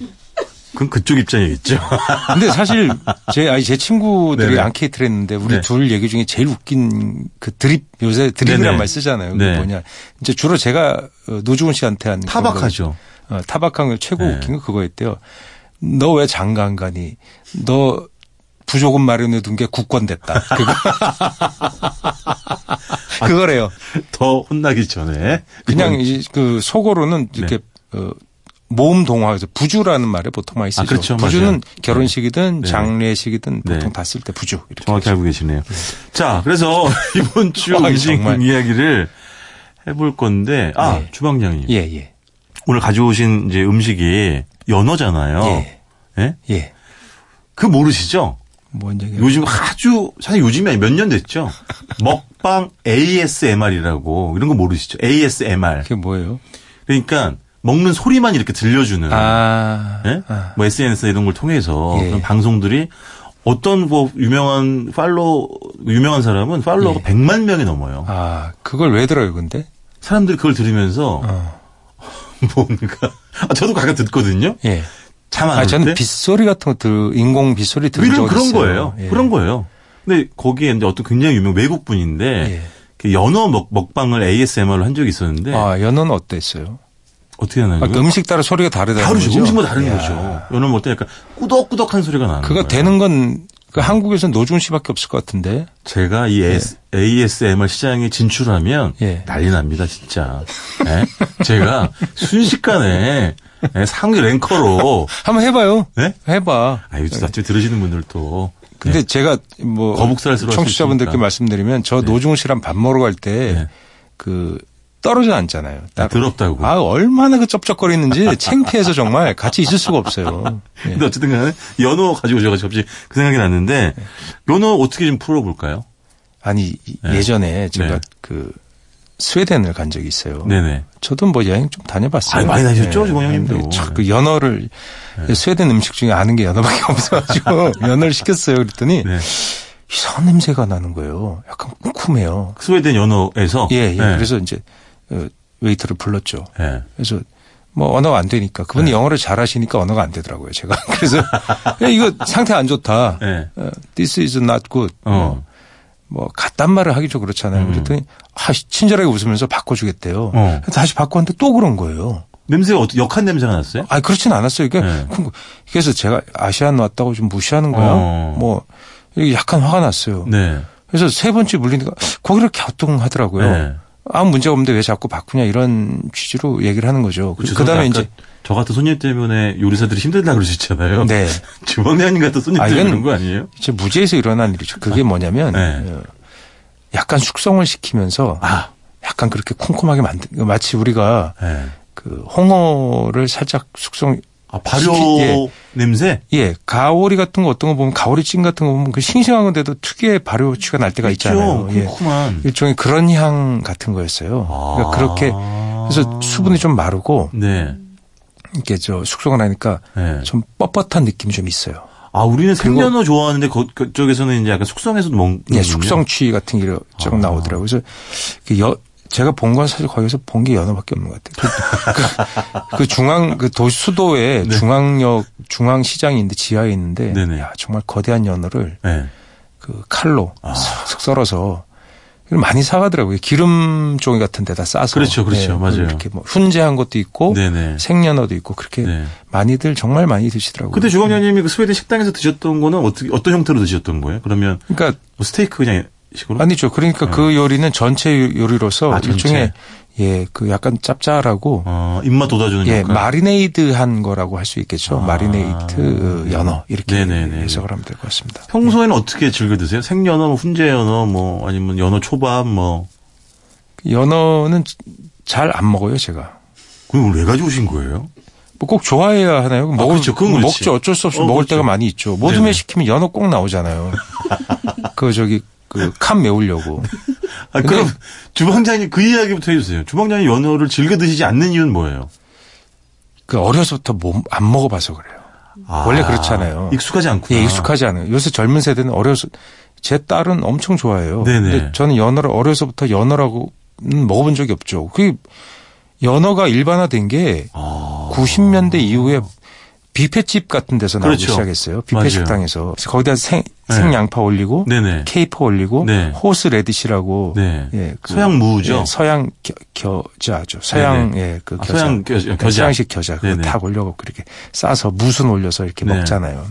[SPEAKER 1] 그럼 그쪽 입장이겠죠.
[SPEAKER 6] 근데 사실 제 아니 제 친구들이
[SPEAKER 1] 네네.
[SPEAKER 6] 앙케이트를 했는데 우리
[SPEAKER 1] 네.
[SPEAKER 6] 둘 얘기 중에 제일 웃긴 그 드립 요새 드립이란
[SPEAKER 1] 네네.
[SPEAKER 6] 말 쓰잖아요. 그게
[SPEAKER 1] 네.
[SPEAKER 6] 뭐냐? 이제 주로 제가 어, 노주훈 씨한테 한 그런
[SPEAKER 1] 타박하죠.
[SPEAKER 6] 거, 어, 타박한 걸 최고
[SPEAKER 1] 네.
[SPEAKER 6] 웃긴 거 그거였대요. 너 왜 장가 안 가니? 너 부조금 마련해 둔 게 국권 됐다. 그거. 그거래요.
[SPEAKER 1] 더 혼나기 전에.
[SPEAKER 6] 그냥
[SPEAKER 1] 이건-
[SPEAKER 6] 이, 그 속어로는
[SPEAKER 1] 네.
[SPEAKER 6] 이렇게 어, 모음 동화에서 부주라는 말에 보통 많이 쓰죠.
[SPEAKER 1] 아, 그렇죠.
[SPEAKER 6] 부주는
[SPEAKER 1] 맞아요.
[SPEAKER 6] 결혼식이든
[SPEAKER 1] 네.
[SPEAKER 6] 장례식이든
[SPEAKER 1] 네.
[SPEAKER 6] 보통 다 쓸 때 부주. 이렇게
[SPEAKER 1] 정확히
[SPEAKER 6] 하죠.
[SPEAKER 1] 알고 계시네요. 자, 그래서 이번 주
[SPEAKER 6] 아,
[SPEAKER 1] 음식
[SPEAKER 6] 정말.
[SPEAKER 1] 이야기를 해볼 건데, 아,
[SPEAKER 6] 네.
[SPEAKER 1] 주방장님.
[SPEAKER 6] 예, 예.
[SPEAKER 1] 오늘 가져오신 이제 음식이 연어잖아요.
[SPEAKER 6] 예.
[SPEAKER 1] 예?
[SPEAKER 6] 예.
[SPEAKER 1] 그 모르시죠?
[SPEAKER 6] 뭔 얘기야?
[SPEAKER 1] 요즘 아주 사실 요즘이 몇 년 됐죠. 먹방 ASMR이라고 이런 거 모르시죠? ASMR.
[SPEAKER 6] 그게 뭐예요?
[SPEAKER 1] 그러니까 먹는 소리만 이렇게 들려주는
[SPEAKER 6] 아.
[SPEAKER 1] 예?
[SPEAKER 6] 아.
[SPEAKER 1] 뭐 SNS 이런 걸 통해서
[SPEAKER 6] 예.
[SPEAKER 1] 그런 방송들이 어떤 뭐 유명한 팔로 유명한 사람은 팔로워가
[SPEAKER 6] 예.
[SPEAKER 1] 100만 명이 넘어요.
[SPEAKER 6] 아, 그걸 왜 들어요, 근데?
[SPEAKER 1] 사람들이 그걸 들으면서
[SPEAKER 6] 어.
[SPEAKER 1] 뭔가 아, 저도 가끔 듣거든요.
[SPEAKER 6] 예.
[SPEAKER 1] 잠안
[SPEAKER 6] 아,
[SPEAKER 1] 올
[SPEAKER 6] 저는
[SPEAKER 1] 때.
[SPEAKER 6] 빗소리 같은 거 들, 인공 빗소리 들은
[SPEAKER 1] 이런
[SPEAKER 6] 적
[SPEAKER 1] 그런
[SPEAKER 6] 있어요.
[SPEAKER 1] 거예요.
[SPEAKER 6] 예.
[SPEAKER 1] 그런 거예요. 근데 거기에 이제 어떤 굉장히 유명 외국 분인데
[SPEAKER 6] 예.
[SPEAKER 1] 그 연어 먹, 먹방을 ASMR로 한 적이 있었는데
[SPEAKER 6] 아, 연어는 어땠어요?
[SPEAKER 1] 어떻게 하나요?
[SPEAKER 6] 아, 그 음식 따라 소리가 다르다는
[SPEAKER 1] 다르죠. 뭐
[SPEAKER 6] 거죠?
[SPEAKER 1] 음식마다 다른
[SPEAKER 6] 이야.
[SPEAKER 1] 거죠. 연어 먹을 때 약간 꾸덕꾸덕한 소리가 나는
[SPEAKER 6] 그거
[SPEAKER 1] 거예요.
[SPEAKER 6] 되는 건, 그 한국에서는 노준 씨밖에 없을 것 같은데.
[SPEAKER 1] 제가 이 ASMR 시장에 진출하면
[SPEAKER 6] 예.
[SPEAKER 1] 난리 납니다, 진짜. 예? 제가 순식간에 예, 상위 랭커로
[SPEAKER 6] 한번 해봐요.
[SPEAKER 1] 네?
[SPEAKER 6] 해봐.
[SPEAKER 1] 아, 요즘 아침에 들으시는 분들 또 예.
[SPEAKER 6] 근데 제가 뭐
[SPEAKER 1] 네. 거북살스러울 수 있으니까.
[SPEAKER 6] 청취자분들께
[SPEAKER 1] 네.
[SPEAKER 6] 말씀드리면 저 노중훈 씨랑 밥 먹으러 갈 때 그 떨어져 앉잖아요.
[SPEAKER 1] 아, 더럽다고.
[SPEAKER 6] 아 얼마나 그 쩝쩝거리는지 창피해서 정말 같이 있을 수가 없어요. 예.
[SPEAKER 1] 근데 어쨌든 간에 연어 가지고 오셔가지고 갑자기 그 생각이 났는데 연어 어떻게 좀 풀어볼까요?
[SPEAKER 6] 아니 이-
[SPEAKER 1] 네.
[SPEAKER 6] 예전에 제가
[SPEAKER 1] 네.
[SPEAKER 6] 그 스웨덴을 간 적이 있어요.
[SPEAKER 1] 네네.
[SPEAKER 6] 저도 뭐 여행 좀 다녀봤어요. 네.
[SPEAKER 1] 아니, 많이 네. 다니셨죠, 지금 형님도.
[SPEAKER 6] 근데 자꾸 그 연어를 스웨덴 음식 중에 아는 게 연어밖에 없어가지고 연어를 시켰어요. 그랬더니
[SPEAKER 1] 네.
[SPEAKER 6] 이상한 냄새가 나는 거예요. 약간 쿰쿰해요.
[SPEAKER 1] 스웨덴 연어에서
[SPEAKER 6] 예, 예.
[SPEAKER 1] 네.
[SPEAKER 6] 그래서 이제 어, 웨이터를 불렀죠.
[SPEAKER 1] 예.
[SPEAKER 6] 그래서 뭐 언어가 안 되니까 그분이
[SPEAKER 1] 네.
[SPEAKER 6] 영어를 잘하시니까 언어가 안 되더라고요. 제가 그래서 야, 이거 상태 안 좋다.
[SPEAKER 1] 예.
[SPEAKER 6] 어, This is not good.
[SPEAKER 1] 어.
[SPEAKER 6] 뭐 갓단 말을 하기 좀 그렇잖아요. 그랬더니 아, 친절하게 웃으면서 바꿔주겠대요.
[SPEAKER 1] 음. 어.
[SPEAKER 6] 다시 바꿨는데 또 그런 거예요.
[SPEAKER 1] 냄새가 어떠, 역한 냄새가 났어요?
[SPEAKER 6] 아, 그렇진 않았어요. 이게
[SPEAKER 1] 네.
[SPEAKER 6] 그- 그래서 제가 아시안 왔다고 좀 무시하는 거야.
[SPEAKER 1] 어.
[SPEAKER 6] 뭐 이게 약간 화가 났어요.
[SPEAKER 1] 네.
[SPEAKER 6] 그래서 세 번째 물리니까 거기를 갸우뚱하더라고요.
[SPEAKER 1] 네.
[SPEAKER 6] 아무 문제가 없는데 왜 자꾸 바꾸냐 이런 취지로 얘기를 하는 거죠. 그
[SPEAKER 1] 그쵸,
[SPEAKER 6] 다음에
[SPEAKER 1] 아까
[SPEAKER 6] 이제
[SPEAKER 1] 저 같은 손님 때문에 요리사들이 힘들다 그러셨잖아요.
[SPEAKER 6] 네.
[SPEAKER 1] 주방장님 같은 손님
[SPEAKER 6] 아,
[SPEAKER 1] 때문에 그런
[SPEAKER 6] 이건-
[SPEAKER 1] 거 아니에요?
[SPEAKER 6] 이제 무지에서 일어난 일이죠. 그게 뭐냐면
[SPEAKER 1] 네.
[SPEAKER 6] 어, 약간 숙성을 시키면서
[SPEAKER 1] 아.
[SPEAKER 6] 약간 그렇게 콩콩하게 만든 마치 우리가
[SPEAKER 1] 네.
[SPEAKER 6] 그 홍어를 살짝 숙성
[SPEAKER 1] 아, 발효
[SPEAKER 6] 시키- 예.
[SPEAKER 1] 냄새?
[SPEAKER 6] 예, 가오리 같은 거 어떤 거 보면 가오리 찜 같은 거 보면 그 싱싱한 건데도 특유의 발효취가 날 때가 있잖아요. 예.
[SPEAKER 1] 쿰쿰한.
[SPEAKER 6] 일종의 그런 향 같은 거였어요. 그러니까 그렇게
[SPEAKER 1] 아.
[SPEAKER 6] 그래서 수분이 좀 마르고
[SPEAKER 1] 네.
[SPEAKER 6] 이렇게 저 숙성을 하니까
[SPEAKER 1] 네.
[SPEAKER 6] 좀 뻣뻣한 느낌이 좀 있어요.
[SPEAKER 1] 아, 우리는 생연어 좋아하는데 거, 그쪽에서는 이제 약간 숙성해서 먹는.
[SPEAKER 6] 예, 숙성 추위 같은 게 조금
[SPEAKER 1] 음. 아.
[SPEAKER 6] 나오더라고요. 그래서 그 여, 제가 본 건 사실 거기서 본 게 연어밖에 없는 것 같아요. 그, 그 중앙 그 도, 수도에 중앙역 중앙시장이 있는데 지하에 있는데
[SPEAKER 1] 네. 네네.
[SPEAKER 6] 야, 정말 거대한 연어를
[SPEAKER 1] 네.
[SPEAKER 6] 그 칼로
[SPEAKER 1] 아.
[SPEAKER 6] 쓱 썰어서 이걸 많이 사가더라고요. 기름 종이 같은 데다 싸서
[SPEAKER 1] 그렇죠, 그렇죠. 맞아요.
[SPEAKER 6] 이렇게 뭐 훈제한 것도 있고
[SPEAKER 1] 네네.
[SPEAKER 6] 생연어도 있고 그렇게
[SPEAKER 1] 네.
[SPEAKER 6] 많이들 정말 많이 드시더라고요.
[SPEAKER 1] 그때 주방장님이 그 스웨덴 식당에서 드셨던 거는 어떻게, 어떤 형태로 드셨던 거예요? 그러면
[SPEAKER 6] 그러니까
[SPEAKER 1] 뭐 스테이크 그냥 식으로?
[SPEAKER 6] 아니죠. 그러니까 그 요리는 전체 요리로서
[SPEAKER 1] 음? 네. 아, 전체.
[SPEAKER 6] 일종의 예 그 약간 짭짤하고
[SPEAKER 1] 어, 입맛 돋아주는
[SPEAKER 6] 예
[SPEAKER 1] 역할.
[SPEAKER 6] 마리네이드한 거라고 할 수 있겠죠.
[SPEAKER 1] 아.
[SPEAKER 6] 마리네이트 연어 이렇게
[SPEAKER 1] 네네네.
[SPEAKER 6] 해석을 하면 될 것 같습니다.
[SPEAKER 1] 평소에는 어떻게 즐겨 드세요? 생연어, 뭐 훈제연어, 뭐 아니면 연어 초밥, 뭐
[SPEAKER 6] 연어는 잘 안 먹어요 제가.
[SPEAKER 1] 그럼 왜 가져오신 거예요?
[SPEAKER 6] 뭐 꼭 좋아해야 하나요? 먹을,
[SPEAKER 1] 그렇죠. 그건 그렇지.
[SPEAKER 6] 먹죠. 어쩔 수 없이
[SPEAKER 1] 어,
[SPEAKER 6] 먹을
[SPEAKER 1] 그렇죠.
[SPEAKER 6] 때가 많이 있죠. 모둠에
[SPEAKER 1] 네네.
[SPEAKER 6] 시키면 연어 꼭 나오잖아요. 그 저기 그 칸 메우려고.
[SPEAKER 1] 아, 그럼
[SPEAKER 6] 근데-
[SPEAKER 1] 주방장님 그 이야기부터 해주세요. 주방장님 연어를 즐겨 드시지 않는 이유는 뭐예요?
[SPEAKER 6] 그 어려서부터 못- 안 먹어봐서 그래요.
[SPEAKER 1] 아,
[SPEAKER 6] 원래 그렇잖아요.
[SPEAKER 1] 익숙하지 않구나.
[SPEAKER 6] 예, 익숙하지 않아요. 요새 젊은 세대는 어려서 제 딸은 엄청 좋아해요.
[SPEAKER 1] 네네.
[SPEAKER 6] 근데 저는 연어를 어려서부터 연어라고 먹어본 적이 없죠. 그 연어가 일반화된 게
[SPEAKER 1] 아,
[SPEAKER 6] 90년대 이후에 뷔페집 같은 데서 나오기
[SPEAKER 1] 그렇죠.
[SPEAKER 6] 시작했어요. 뷔페
[SPEAKER 1] 맞아요.
[SPEAKER 6] 식당에서 그래서 거기다 생,
[SPEAKER 1] 네.
[SPEAKER 6] 생양파 올리고
[SPEAKER 1] 네네.
[SPEAKER 6] 케이퍼 올리고
[SPEAKER 1] 네.
[SPEAKER 6] 호스 레디시라고
[SPEAKER 1] 네.
[SPEAKER 6] 예, 그-
[SPEAKER 1] 서양 무죠?
[SPEAKER 6] 예, 서양 겨, 겨자죠. 서양
[SPEAKER 1] 네네.
[SPEAKER 6] 예그
[SPEAKER 1] 아,
[SPEAKER 6] 겨자.
[SPEAKER 1] 서양 겨-
[SPEAKER 6] 네,
[SPEAKER 1] 겨자.
[SPEAKER 6] 서양식 겨자 그거
[SPEAKER 1] 네네.
[SPEAKER 6] 탁 올려갖고 그렇게 싸서 무순 올려서 이렇게
[SPEAKER 1] 네.
[SPEAKER 6] 먹잖아요.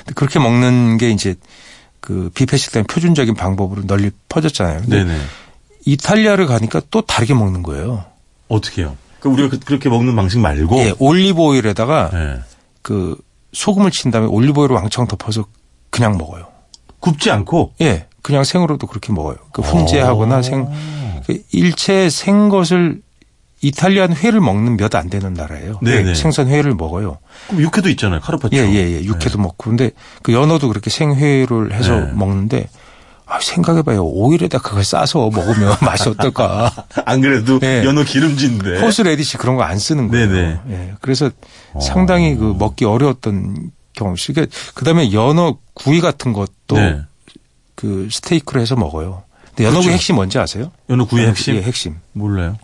[SPEAKER 6] 근데 그렇게 먹는 게 이제 그 뷔페 식당의 표준적인 방법으로 널리 퍼졌잖아요. 근데
[SPEAKER 1] 네네.
[SPEAKER 6] 이탈리아를 가니까 또 다르게 먹는 거예요.
[SPEAKER 1] 어떻게요? 그 우리가 그- 그렇게 먹는 방식 말고.
[SPEAKER 6] 예, 올리브 오일에다가
[SPEAKER 1] 예.
[SPEAKER 6] 그 소금을 친 다음에 올리브 오일을 왕창 덮어서 그냥 먹어요.
[SPEAKER 1] 굽지 않고.
[SPEAKER 6] 예, 그냥 생으로도 그렇게 먹어요. 그 훈제하거나 생 그 일체 생것을 이탈리안 회를 먹는 몇 안 되는 나라예요.
[SPEAKER 1] 네네. 그렇죠.
[SPEAKER 6] 회, 생선 회를 먹어요.
[SPEAKER 1] 그럼 육회도 있잖아요. 카르파초.
[SPEAKER 6] 예, 예, 예. 육회도 먹고. 근데 그 연어도 그렇게 생회를 해서
[SPEAKER 1] 네.
[SPEAKER 6] 먹는데 아, 생각해봐요. 오일에다 그걸 싸서 먹으면 맛이 어떨까.
[SPEAKER 1] 안 그래도
[SPEAKER 6] 예.
[SPEAKER 1] 연어 기름진데.
[SPEAKER 6] 호스 레디시 그런 거 안 쓰는 거예요.
[SPEAKER 1] 네. 네네. 어.
[SPEAKER 6] 예. 그래서 상당히 그 먹기 어려웠던 경험. 그러니까 그다음에 연어 구이 같은 것도
[SPEAKER 1] 네.
[SPEAKER 6] 그 스테이크로 해서 먹어요. 근데 연어 구이
[SPEAKER 1] 그렇죠.
[SPEAKER 6] 핵심 뭔지 아세요?
[SPEAKER 1] 연어 구이
[SPEAKER 6] 연어
[SPEAKER 1] 핵심?
[SPEAKER 6] 구이의 네, 핵심.
[SPEAKER 1] 몰라요.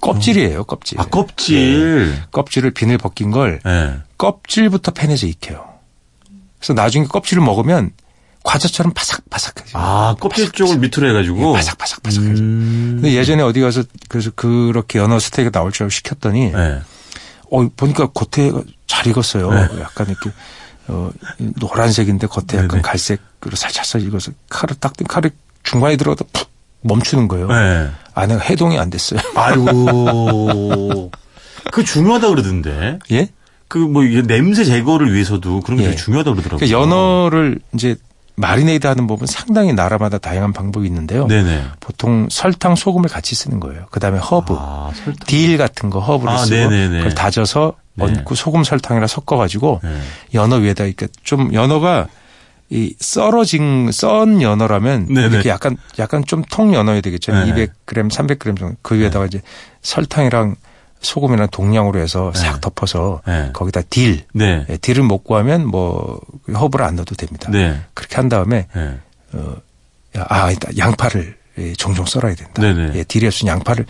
[SPEAKER 6] 껍질이에요, 껍질.
[SPEAKER 1] 아, 껍질.
[SPEAKER 6] 껍질을 비늘 벗긴 걸
[SPEAKER 1] 예.
[SPEAKER 6] 껍질부터 팬에서 익혀요. 그래서 나중에 껍질을 먹으면 과자처럼 바삭바삭해져요. 예,
[SPEAKER 1] 아, 껍질 쪽을 밑으로 해가지고.
[SPEAKER 6] 바삭바삭바삭해져요.
[SPEAKER 1] 아, 음.
[SPEAKER 6] 근데 예전에 어디 가서 그래서 그렇게 연어 스테이크 나올 줄 알고 시켰더니
[SPEAKER 1] 예.
[SPEAKER 6] 어, 보니까 겉에 잘 익었어요.
[SPEAKER 1] 네.
[SPEAKER 6] 약간 이렇게 어, 노란색인데 겉에 약간
[SPEAKER 1] 네네.
[SPEAKER 6] 갈색으로 살짝 살 익어서 칼을 딱 든 칼이 중간에 들어가다 푹 멈추는 거예요.
[SPEAKER 1] 예.
[SPEAKER 6] 안에가 해동이 안 됐어요.
[SPEAKER 1] 아이고. 그 중요하다 그러던데.
[SPEAKER 6] 예?
[SPEAKER 1] 그 뭐 이게 냄새 제거를 위해서도 그런 게
[SPEAKER 6] 예.
[SPEAKER 1] 되게 중요하다 그러더라고요.
[SPEAKER 6] 그러니까 연어를 이제 마리네이드 하는 법은 상당히 나라마다 다양한 방법이 있는데요.
[SPEAKER 1] 네네.
[SPEAKER 6] 보통 설탕, 소금을 같이 쓰는 거예요. 그다음에 허브,
[SPEAKER 1] 아, 설탕.
[SPEAKER 6] 딜 같은 거 허브를
[SPEAKER 1] 아,
[SPEAKER 6] 쓰고
[SPEAKER 1] 네네네.
[SPEAKER 6] 그걸 다져서
[SPEAKER 1] 네.
[SPEAKER 6] 얹고 소금, 설탕이랑 섞어가지고
[SPEAKER 1] 네.
[SPEAKER 6] 연어 위에다 이렇게 좀 연어가 이 썰어진 썬 연어라면
[SPEAKER 1] 네네.
[SPEAKER 6] 이렇게 약간 약간 좀 통 연어야 되겠죠.
[SPEAKER 1] 네.
[SPEAKER 6] 200g, 300g 정도. 그 위에다가 이제 설탕이랑 소금이랑 동량으로 해서 싹 덮어서
[SPEAKER 1] 네.
[SPEAKER 6] 거기다 딜,
[SPEAKER 1] 네.
[SPEAKER 6] 예, 딜을 못 구하면 뭐 허브를 안 넣어도 됩니다.
[SPEAKER 1] 네.
[SPEAKER 6] 그렇게 한 다음에
[SPEAKER 1] 네.
[SPEAKER 6] 어, 아, 일단 양파를 예, 종종 썰어야 된다.
[SPEAKER 1] 네네.
[SPEAKER 6] 예, 딜에 없으 양파를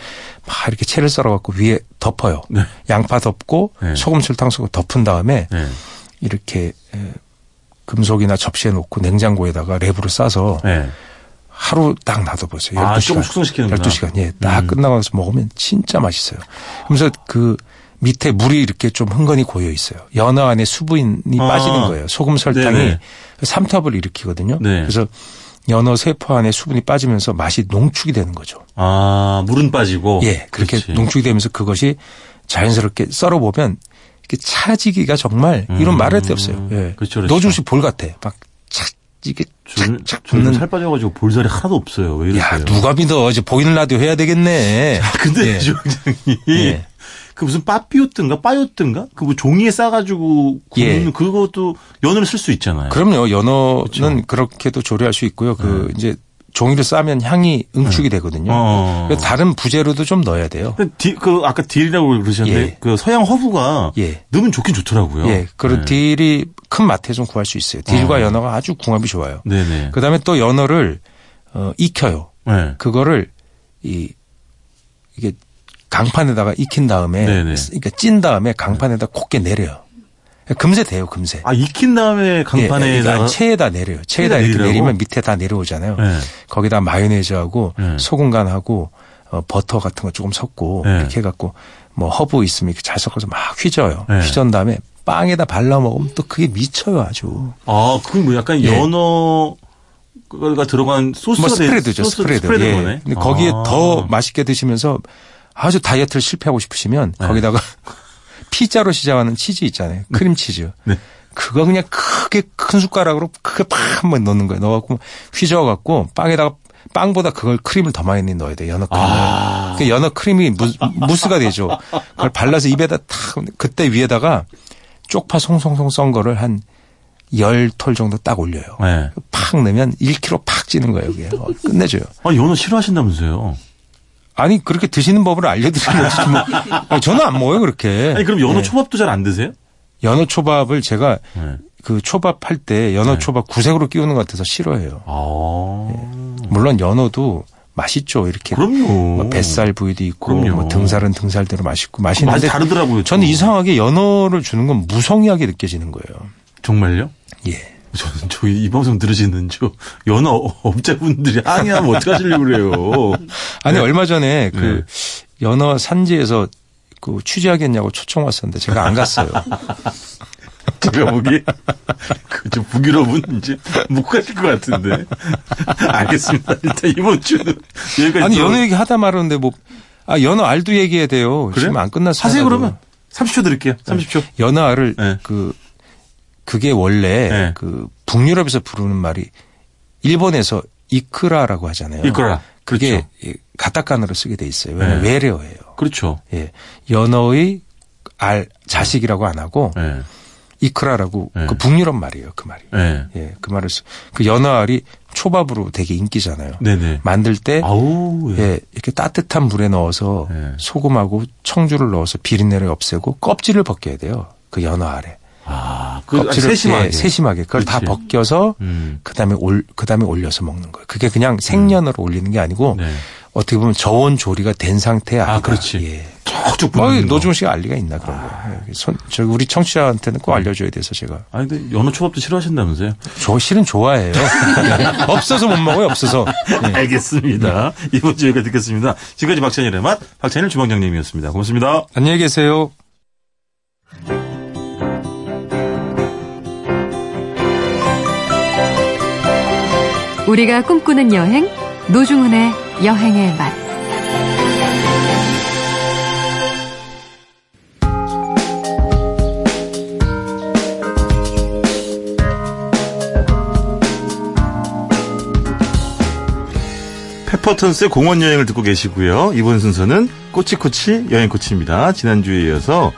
[SPEAKER 6] 막 이렇게 채를 썰어갖고 위에 덮어요.
[SPEAKER 1] 네.
[SPEAKER 6] 양파 덮고
[SPEAKER 1] 네.
[SPEAKER 6] 소금, 설탕, 소금 덮은 다음에
[SPEAKER 1] 네.
[SPEAKER 6] 이렇게 에, 금속이나 접시에 놓고 냉장고에다가 랩으로 싸서
[SPEAKER 1] 네.
[SPEAKER 6] 하루 딱 놔둬보세요.
[SPEAKER 1] 아,
[SPEAKER 6] 12시간.
[SPEAKER 1] 조금 숙성시키는구나. 음.
[SPEAKER 6] 12시간. 예. 딱 끝나고 나서 먹으면 진짜 맛있어요. 그러면서 그 밑에 물이 이렇게 좀 흥건히 고여 있어요. 연어 안에 수분이
[SPEAKER 1] 아.
[SPEAKER 6] 빠지는 거예요. 소금 설탕이
[SPEAKER 1] 네네.
[SPEAKER 6] 삼탑을 일으키거든요.
[SPEAKER 1] 네.
[SPEAKER 6] 그래서 연어 세포 안에 수분이 빠지면서 맛이 농축이 되는 거죠.
[SPEAKER 1] 아, 물은 빠지고.
[SPEAKER 6] 예. 그렇게
[SPEAKER 1] 그렇지.
[SPEAKER 6] 농축이 되면서 그것이 자연스럽게 썰어 보면 이렇게 차지기가 정말 이런
[SPEAKER 1] 음.
[SPEAKER 6] 말할 데 없어요. 예.
[SPEAKER 1] 그렇죠, 그렇죠.
[SPEAKER 6] 노준씨 볼 같아. 막 차지게
[SPEAKER 1] 저는,
[SPEAKER 6] 착착
[SPEAKER 1] 저는
[SPEAKER 6] 붙는
[SPEAKER 1] 살 빠져가지고 볼살이 하나도 없어요. 왜 이러세요?
[SPEAKER 6] 야, 누가 믿어. 이제 보이는 라디오 해야 되겠네.
[SPEAKER 1] 근데
[SPEAKER 6] 예.
[SPEAKER 1] 주방장이
[SPEAKER 6] 예.
[SPEAKER 1] 그 무슨 빠삐오든가 빠요든가 그 뭐 종이에 싸가지고 구는
[SPEAKER 6] 예.
[SPEAKER 1] 그것도 연을 쓸 수 있잖아요.
[SPEAKER 6] 그럼요.
[SPEAKER 1] 그렇죠.
[SPEAKER 6] 연어는 그렇게도 조리할 수 있고요. 그 이제 종이를 싸면 향이 응축이 되거든요.
[SPEAKER 1] 네. 어.
[SPEAKER 6] 그래서 다른 부재료도 좀 넣어야 돼요.
[SPEAKER 1] 그 디- 그 아까 딜이라고 그러셨는데
[SPEAKER 6] 예.
[SPEAKER 1] 그 서양 허브가
[SPEAKER 6] 예.
[SPEAKER 1] 넣으면 좋긴 좋더라고요.
[SPEAKER 6] 예.
[SPEAKER 1] 네.
[SPEAKER 6] 그리고 딜이 큰 마트에서 구할 수 있어요. 딜과
[SPEAKER 1] 어.
[SPEAKER 6] 연어가 아주 궁합이 좋아요.
[SPEAKER 1] 네네.
[SPEAKER 6] 그다음에 또 연어를 어, 익혀요.
[SPEAKER 1] 네.
[SPEAKER 6] 그거를 이 이게 강판에다가 익힌 다음에
[SPEAKER 1] 네네. 네.
[SPEAKER 6] 그러니까 찐 다음에 강판에다 곱게 내려요. 금세 돼요, 금세.
[SPEAKER 1] 아 익힌 다음에
[SPEAKER 6] 예,
[SPEAKER 1] 강판에다가
[SPEAKER 6] 아니, 체에다 내려요. 체에다
[SPEAKER 1] 체에다
[SPEAKER 6] 이렇게
[SPEAKER 1] 내리라고?
[SPEAKER 6] 내리면 밑에 다 내려오잖아요.
[SPEAKER 1] 네.
[SPEAKER 6] 거기다 마요네즈하고
[SPEAKER 1] 네.
[SPEAKER 6] 소금간하고 어, 버터 같은 거 조금 섞고
[SPEAKER 1] 네.
[SPEAKER 6] 이렇게 해갖고 뭐 허브 있으면 이렇게 잘 섞어서 막 휘져요.
[SPEAKER 1] 네.
[SPEAKER 6] 휘전 다음에 빵에다 발라 먹으면 또 그게 미쳐요 아주.
[SPEAKER 1] 아 그건 뭐 약간
[SPEAKER 6] 예.
[SPEAKER 1] 연어가 들어간 소스가
[SPEAKER 6] 뭐
[SPEAKER 1] 된-
[SPEAKER 6] 스프레드죠
[SPEAKER 1] 소스,
[SPEAKER 6] 스프레드.
[SPEAKER 1] 스프레드인
[SPEAKER 6] 예.
[SPEAKER 1] 거네.
[SPEAKER 6] 근데 거기에
[SPEAKER 1] 아.
[SPEAKER 6] 더 맛있게 드시면서 아주 다이어트를 실패하고 싶으시면
[SPEAKER 1] 네.
[SPEAKER 6] 거기다가 피자로 시작하는 치즈 있잖아요. 크림 치즈.
[SPEAKER 1] 네.
[SPEAKER 6] 그거 그냥 크게 큰 숟가락으로 크게 팍 한번 넣는 거예요. 넣어갖고 휘저어갖고 빵에다가 빵보다 그걸 크림을 더 많이 넣어야 돼 연어 크림.
[SPEAKER 2] 아.
[SPEAKER 6] 그 연어 크림이 무, 스가 되죠. 그걸 발라서 입에다 탁 그때 위에다가 쪽파 송송송 썬 거를 한 열 톨 정도 딱 올려요.
[SPEAKER 1] 네.
[SPEAKER 6] 팍 넣으면 1kg 팍 찌는 거예요. 그게 어, 끝내줘요.
[SPEAKER 1] 아니, 연어 싫어하신다면서요?
[SPEAKER 6] 아니 그렇게 드시는 법을 알려드리는 거지 뭐. 아니, 저는 안 먹어요 그렇게.
[SPEAKER 1] 아니, 그럼 연어
[SPEAKER 6] 네.
[SPEAKER 1] 초밥도 잘 안 드세요?
[SPEAKER 6] 연어 초밥을 제가
[SPEAKER 1] 네.
[SPEAKER 6] 그 초밥 할 때 연어
[SPEAKER 1] 네.
[SPEAKER 6] 초밥 구색으로 끼우는 것 같아서 네. 싫어해요.
[SPEAKER 1] 아.
[SPEAKER 6] 물론 연어도 맛있죠 이렇게.
[SPEAKER 1] 그럼요.
[SPEAKER 6] 뭐 뱃살 부위도 있고
[SPEAKER 1] 그럼요.
[SPEAKER 6] 뭐 등살은 등살대로 맛있고
[SPEAKER 1] 많이
[SPEAKER 6] 맛있는데
[SPEAKER 1] 다르더라고요. 또.
[SPEAKER 6] 저는 이상하게 연어를 주는 건 무성의하게 느껴지는 거예요.
[SPEAKER 1] 정말요?
[SPEAKER 6] 예.
[SPEAKER 1] 저는 저희 이 방송 들으시는 저 연어 업자분들이 항의하면 어떡하시려고 그래요. 네.
[SPEAKER 6] 아니 얼마 전에 그 연어 산지에서 그 취재하겠냐고 초청 왔었는데 제가 안 갔어요.
[SPEAKER 1] 집에 오기? 그저 북유럽은 이제 못 가실 것 같은데. 알겠습니다. 일단 이번 주는 여기까지.
[SPEAKER 6] 아니
[SPEAKER 1] 들어-
[SPEAKER 6] 연어 얘기 하다 말았는데 뭐 아 연어 알도 얘기해야 돼요.
[SPEAKER 1] 그래요?
[SPEAKER 6] 지금 네. 안 끝났어요.
[SPEAKER 1] 하세요 그러면. 30초 드릴게요. 30초.
[SPEAKER 6] 연어 알을
[SPEAKER 1] 네.
[SPEAKER 6] 그 그게 원래
[SPEAKER 1] 네.
[SPEAKER 6] 그 북유럽에서 부르는 말이 일본에서 이크라라고 하잖아요.
[SPEAKER 1] 이끌어라. 그렇죠.
[SPEAKER 6] 그게 이 가타칸으로 쓰게 돼 있어요. 왜냐면
[SPEAKER 1] 네.
[SPEAKER 6] 외래어예요.
[SPEAKER 1] 그렇죠.
[SPEAKER 6] 예. 연어의 알 자식이라고 안 하고
[SPEAKER 1] 예.
[SPEAKER 6] 이크라라고
[SPEAKER 1] 네.
[SPEAKER 6] 그 북유럽 말이에요. 그 말이.
[SPEAKER 1] 예.
[SPEAKER 6] 예. 그 말을 쓰. 그 연어 알이 초밥으로 되게 인기잖아요.
[SPEAKER 1] 네네.
[SPEAKER 6] 만들 때
[SPEAKER 1] 아우, 예.
[SPEAKER 6] 예, 이렇게 따뜻한 물에 넣어서
[SPEAKER 1] 네.
[SPEAKER 6] 소금하고 청주를 넣어서 비린내를 없애고 껍질을 벗겨야 돼요. 그 연어 알에.
[SPEAKER 1] 아, 그
[SPEAKER 6] 껍질을
[SPEAKER 1] 세심하게.
[SPEAKER 6] 예, 세심하게 그걸 다
[SPEAKER 1] 그렇지.
[SPEAKER 6] 벗겨서
[SPEAKER 1] 음.
[SPEAKER 6] 그다음에 올 그다음에 올려서 먹는 거예요. 그게 그냥 생년으로 올리는 게 아니고
[SPEAKER 1] 네.
[SPEAKER 6] 어떻게 보면 저온 조리가 된 상태야.
[SPEAKER 1] 아, 그렇지.
[SPEAKER 6] 예.
[SPEAKER 1] 쭉쭉
[SPEAKER 6] 어이,
[SPEAKER 1] 붙는 거. 아.
[SPEAKER 6] 노중 씨가 알리가 있나 그런 거. 예. 손, 저 우리 청취자한테는
[SPEAKER 1] 음.
[SPEAKER 6] 꼭 알려줘야 돼서 제가
[SPEAKER 1] 아니 근데 연어 초밥도 싫어하신다면서요?
[SPEAKER 6] 저 실은 좋아해요. 예. 없어서 못 먹어요. 없어서. 예.
[SPEAKER 7] 네.
[SPEAKER 1] 알겠습니다. 이번 주에 여기까지 듣겠습니다. 지금까지 박찬일의 맛, 박찬일 주방장님이었습니다. 고맙습니다.
[SPEAKER 6] 안녕히 계세요.
[SPEAKER 4] 우리가 꿈꾸는 여행 노중훈의 여행의 맛.
[SPEAKER 1] 페퍼턴스의 공원 여행을 듣고 계시고요. 이번 순서는 꼬치꼬치 여행꼬치입니다. 지난주에 이어서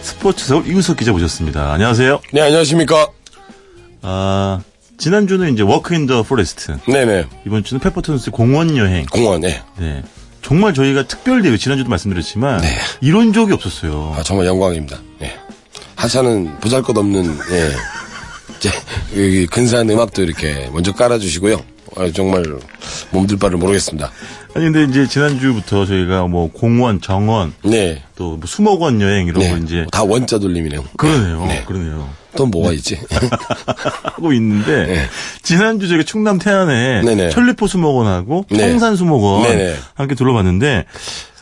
[SPEAKER 1] 스포츠 서울 이우석 기자 모셨습니다. 안녕하세요.
[SPEAKER 7] 네, 안녕하십니까.
[SPEAKER 1] 아, 지난주는 이제 워크 인 더 포레스트.
[SPEAKER 7] 네네.
[SPEAKER 1] 이번 주는 페퍼턴스 공원 여행.
[SPEAKER 7] 공원에.
[SPEAKER 1] 네. 정말 저희가 특별 대회 지난주도 말씀드렸지만
[SPEAKER 7] 네.
[SPEAKER 1] 이런 적이 없었어요.
[SPEAKER 7] 아, 정말 영광입니다. 예. 하찮은 보잘 것 없는, 예. 이제, 여기 근사한 음악도 이렇게 먼저 깔아주시고요. 아, 정말 몸둘 바를 모르겠습니다.
[SPEAKER 1] 아니 근데 이제 지난주부터 저희가 뭐 공원, 정원,
[SPEAKER 7] 네.
[SPEAKER 1] 또뭐 수목원 여행 이런
[SPEAKER 7] 네.
[SPEAKER 1] 거 이제
[SPEAKER 7] 다 원자 돌림이네요.
[SPEAKER 1] 그러네요.
[SPEAKER 7] 네.
[SPEAKER 1] 그러네요.
[SPEAKER 7] 또 뭐가 있지?
[SPEAKER 1] 하고 있는데
[SPEAKER 7] 네.
[SPEAKER 1] 지난주 제가 충남 태안에
[SPEAKER 7] 네네.
[SPEAKER 1] 천리포 수목원하고
[SPEAKER 7] 네.
[SPEAKER 1] 성산 수목원
[SPEAKER 7] 네네.
[SPEAKER 1] 함께 둘러봤는데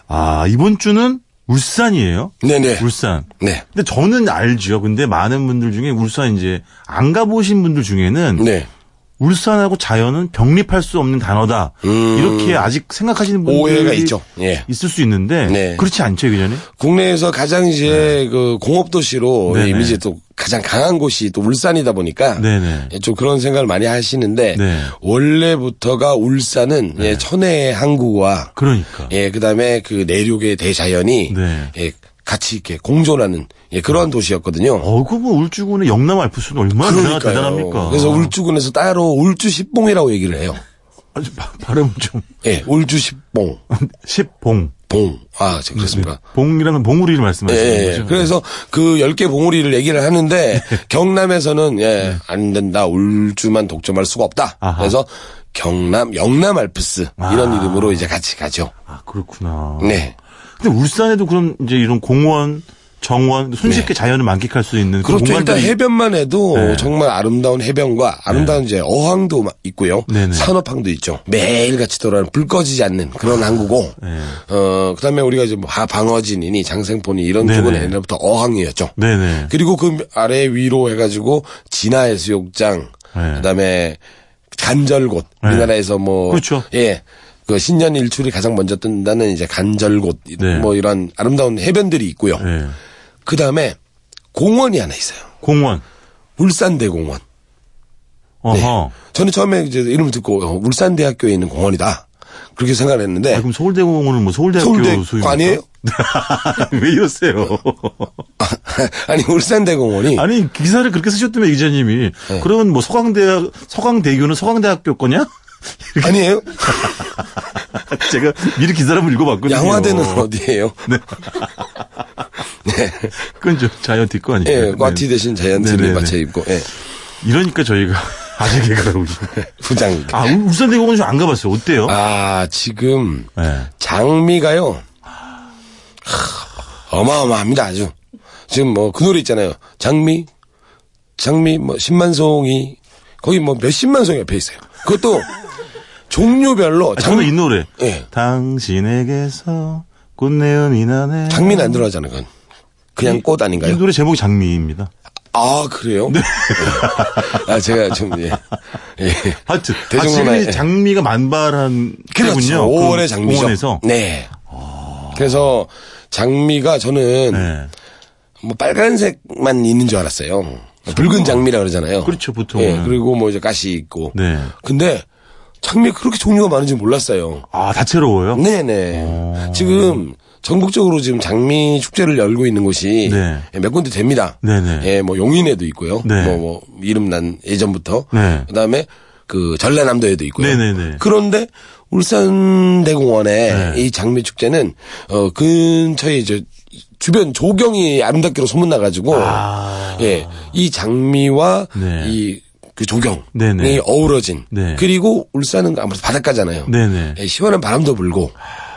[SPEAKER 1] 아 이번 주는 울산이에요.
[SPEAKER 7] 네네.
[SPEAKER 1] 울산.
[SPEAKER 7] 네.
[SPEAKER 1] 근데 저는 알죠. 근데 많은 분들 중에 울산 이제 안 가보신 분들 중에는
[SPEAKER 7] 네.
[SPEAKER 1] 울산하고 자연은 병립할 수 없는 단어다.
[SPEAKER 7] 음.
[SPEAKER 1] 이렇게 아직 생각하시는 분들이
[SPEAKER 7] 오해가 있죠. 예.
[SPEAKER 1] 있을 수 있는데
[SPEAKER 7] 네.
[SPEAKER 1] 그렇지 않죠, 이 전에?
[SPEAKER 7] 국내에서 가장 이제 그 공업도시로
[SPEAKER 1] 네. 네네.
[SPEAKER 7] 이미지 또 가장 강한 곳이 또 울산이다 보니까
[SPEAKER 1] 네네.
[SPEAKER 7] 예, 좀 그런 생각을 많이 하시는데
[SPEAKER 1] 네.
[SPEAKER 7] 원래부터가 울산은 예, 천혜의 항구와
[SPEAKER 1] 그러니까.
[SPEAKER 7] 예 그다음에 그 내륙의 대자연이
[SPEAKER 1] 네.
[SPEAKER 7] 예, 같이 이렇게 공존하는 예, 그러한 도시였거든요.
[SPEAKER 1] 어그 뭐 울주군의 영남 알프스는 얼마나 대단- 대단합니까?
[SPEAKER 7] 그래서 울주군에서 따로 울주십봉이라고 얘기를 해요.
[SPEAKER 1] 아주 바- 발음 좀
[SPEAKER 7] 예, 울주십봉,
[SPEAKER 1] 십봉
[SPEAKER 7] 봉. 아, 제가 그렇습니까?
[SPEAKER 1] 봉이라는 봉우리를
[SPEAKER 7] 예,
[SPEAKER 1] 말씀하시는
[SPEAKER 7] 예,
[SPEAKER 1] 거죠?
[SPEAKER 7] 예. 그래서 그 10개 봉우리를 얘기를 하는데 경남에서는 예, 안 된다. 울주만 독점할 수가 없다.
[SPEAKER 1] 네. 아하.
[SPEAKER 7] 그래서 경남 영남 알프스 이런 이름으로 이제 같이 가죠.
[SPEAKER 1] 아 그렇구나.
[SPEAKER 7] 네.
[SPEAKER 1] 근데 울산에도 그럼 이제 이런 공원, 정원 손쉽게 자연을 만끽할 수 있는 그런
[SPEAKER 7] 네. 그렇죠. 일단
[SPEAKER 1] 공간들이
[SPEAKER 7] 해변만 해도
[SPEAKER 1] 네.
[SPEAKER 7] 정말 아름다운 해변과 아름다운 이제 어항도 마- 있고요.
[SPEAKER 1] 네네.
[SPEAKER 7] 산업항도 있죠. 매일같이 돌아는 불 꺼지지 않는 그런 항구고.
[SPEAKER 1] 네.
[SPEAKER 7] 어, 그다음에 우리가 이제 뭐 하- 방어진이니 장생포니 이런 쪽은
[SPEAKER 1] 네네.
[SPEAKER 7] 옛날부터 어항이었죠.
[SPEAKER 1] 네네.
[SPEAKER 7] 그리고 그 아래 위로 해가지고 진화해수욕장,
[SPEAKER 1] 네.
[SPEAKER 7] 그다음에 간절곶
[SPEAKER 1] 네.
[SPEAKER 7] 우리나라에서 뭐
[SPEAKER 1] 그렇죠.
[SPEAKER 7] 예. 그 신년 일출이 가장 먼저 뜬다는 이제 간절곶
[SPEAKER 1] 네.
[SPEAKER 7] 뭐 이런 아름다운 해변들이 있고요.
[SPEAKER 1] 네.
[SPEAKER 7] 그다음에 공원이 하나 있어요.
[SPEAKER 1] 공원.
[SPEAKER 7] 울산대공원.
[SPEAKER 1] 어허.
[SPEAKER 7] 저는 처음에 이제 이름을 듣고 어, 울산대학교에 있는 공원이다. 그렇게 생각을
[SPEAKER 1] 아,
[SPEAKER 7] 했는데
[SPEAKER 1] 그럼 서울대공원은 뭐 서울대학교
[SPEAKER 7] 서울대
[SPEAKER 1] 소유
[SPEAKER 7] 거 아니에요?
[SPEAKER 1] 왜 이러세요?
[SPEAKER 7] 아니 울산대공원이
[SPEAKER 1] 아니 기사를 그렇게 쓰셨다며 기자님이
[SPEAKER 7] 네.
[SPEAKER 1] 그러면 뭐 서강대 서강대교는 서강대학교 거냐?
[SPEAKER 7] 아니에요?
[SPEAKER 1] 제가 미리 기사를 한번 읽어봤거든요.
[SPEAKER 7] 양화대는 어디예요?
[SPEAKER 1] 그건 저 자이언티 거 아니에요?
[SPEAKER 7] 예,
[SPEAKER 1] 네.
[SPEAKER 7] 과티 대신 자이언트를
[SPEAKER 1] 네네네.
[SPEAKER 7] 맞춰 입고 예,
[SPEAKER 1] 이러니까 저희가 아직 개그라고
[SPEAKER 7] 부장.
[SPEAKER 1] 아 울- 울산대공원 좀안 가봤어요. 어때요?
[SPEAKER 7] 네. 아 지금
[SPEAKER 1] 네.
[SPEAKER 7] 장미가요. 하, 어마어마합니다 아주. 지금 뭐 그 노래 있잖아요. 장미, 장미 뭐 10만 송이 거기 뭐 몇십만 송이 옆에 있어요. 그것도 종류별로
[SPEAKER 1] 아, 저는 이
[SPEAKER 7] 장미
[SPEAKER 1] 노래.
[SPEAKER 7] 예.
[SPEAKER 1] 당신에게서 꽃내음 이나네.
[SPEAKER 7] 장미는 안 들어가잖아요. 그건 그냥 꽃 아닌가요?
[SPEAKER 1] 이 노래 제목이 장미입니다.
[SPEAKER 7] 아 그래요?
[SPEAKER 1] 네.
[SPEAKER 7] 아 제가 좀 예. 예.
[SPEAKER 1] 하여튼 아,
[SPEAKER 7] 대중문화에-
[SPEAKER 1] 지금 이
[SPEAKER 7] 예.
[SPEAKER 1] 장미가 만발한 때군요.
[SPEAKER 7] 5월에
[SPEAKER 1] 그
[SPEAKER 7] 그렇죠. 장미죠.
[SPEAKER 1] 공원에서. 아.
[SPEAKER 7] 네. 그래서 장미가 저는
[SPEAKER 1] 네.
[SPEAKER 7] 뭐 빨간색만 있는 줄 알았어요. 붉은 장미라 그러잖아요.
[SPEAKER 1] 그렇죠, 보통은.
[SPEAKER 7] 예, 그리고 뭐 이제 가시 있고.
[SPEAKER 1] 네.
[SPEAKER 7] 근데 장미 그렇게 종류가 많은지 몰랐어요.
[SPEAKER 1] 아 다채로워요.
[SPEAKER 7] 음.
[SPEAKER 1] 어.
[SPEAKER 7] 네네. 지금 전국적으로 지금 장미 축제를 열고 있는 곳이
[SPEAKER 1] 네.
[SPEAKER 7] 예, 몇 군데 됩니다.
[SPEAKER 1] 네네.
[SPEAKER 7] 예, 뭐 용인에도 있고요.
[SPEAKER 1] 네.
[SPEAKER 7] 뭐, 뭐 이름 난 예전부터.
[SPEAKER 1] 네.
[SPEAKER 7] 그다음에 그 전라남도에도 있고요.
[SPEAKER 1] 네네네.
[SPEAKER 7] 그런데 울산대공원의
[SPEAKER 1] 네.
[SPEAKER 7] 이 장미 축제는 어 근처에 이제 주변 조경이 아름답기로 소문나가지고
[SPEAKER 1] 아.
[SPEAKER 7] 예, 이 장미와
[SPEAKER 1] 네.
[SPEAKER 7] 이 그 조경이
[SPEAKER 1] 네네.
[SPEAKER 7] 어우러진
[SPEAKER 1] 네.
[SPEAKER 7] 그리고 울산은 아무래도 바닷가잖아요.
[SPEAKER 1] 네네.
[SPEAKER 7] 예, 시원한 바람도 불고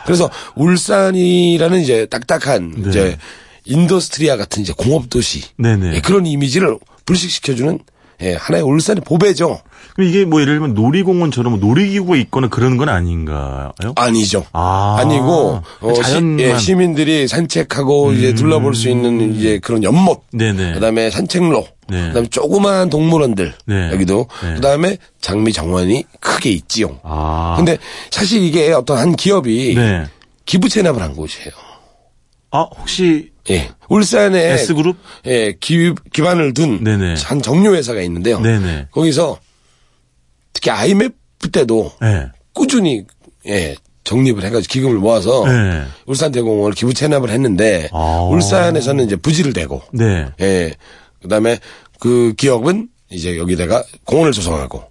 [SPEAKER 7] 그래서 울산이라는 이제 딱딱한
[SPEAKER 1] 네.
[SPEAKER 7] 이제 인더스트리아 같은 이제 공업 도시
[SPEAKER 1] 네네.
[SPEAKER 7] 예, 그런 이미지를 불식시켜주는 예, 하나의 울산의 보배죠.
[SPEAKER 1] 그럼 이게 뭐 예를 들면 놀이공원처럼 놀이기구가 있거나 그런 건 아닌가요?
[SPEAKER 7] 아니죠.
[SPEAKER 1] 아.
[SPEAKER 7] 니고 어,
[SPEAKER 1] 자연만. 음.
[SPEAKER 7] 시, 민들이 산책하고 이제 둘러볼 수 있는 이제 그런 연못,
[SPEAKER 1] 네네.
[SPEAKER 7] 그다음에 산책로,
[SPEAKER 1] 네.
[SPEAKER 7] 그다음에 조그마한 동물원들
[SPEAKER 1] 네.
[SPEAKER 7] 여기도
[SPEAKER 1] 네.
[SPEAKER 7] 그다음에 장미 정원이 크게 있지요.
[SPEAKER 1] 아.
[SPEAKER 7] 근데 사실 이게 어떤 한 기업이
[SPEAKER 1] 네.
[SPEAKER 7] 기부 체납을 한 곳이에요.
[SPEAKER 1] 아 혹시
[SPEAKER 7] 예. 울산에
[SPEAKER 1] S 그룹?
[SPEAKER 7] 예, 기, 기반을 둔
[SPEAKER 1] 네네.
[SPEAKER 7] 한 정유 회사가 있는데요.
[SPEAKER 1] 네네.
[SPEAKER 7] 거기서 특히 IMF 때도
[SPEAKER 1] 네.
[SPEAKER 7] 꾸준히 예 적립을 해가지고 기금을 모아서
[SPEAKER 1] 네.
[SPEAKER 7] 울산 대공원을 기부 체납을 했는데
[SPEAKER 1] 아.
[SPEAKER 7] 울산에서는 이제 부지를 대고
[SPEAKER 1] 네.
[SPEAKER 7] 예 그다음에 그 기업은 이제 여기다가 공원을 조성하고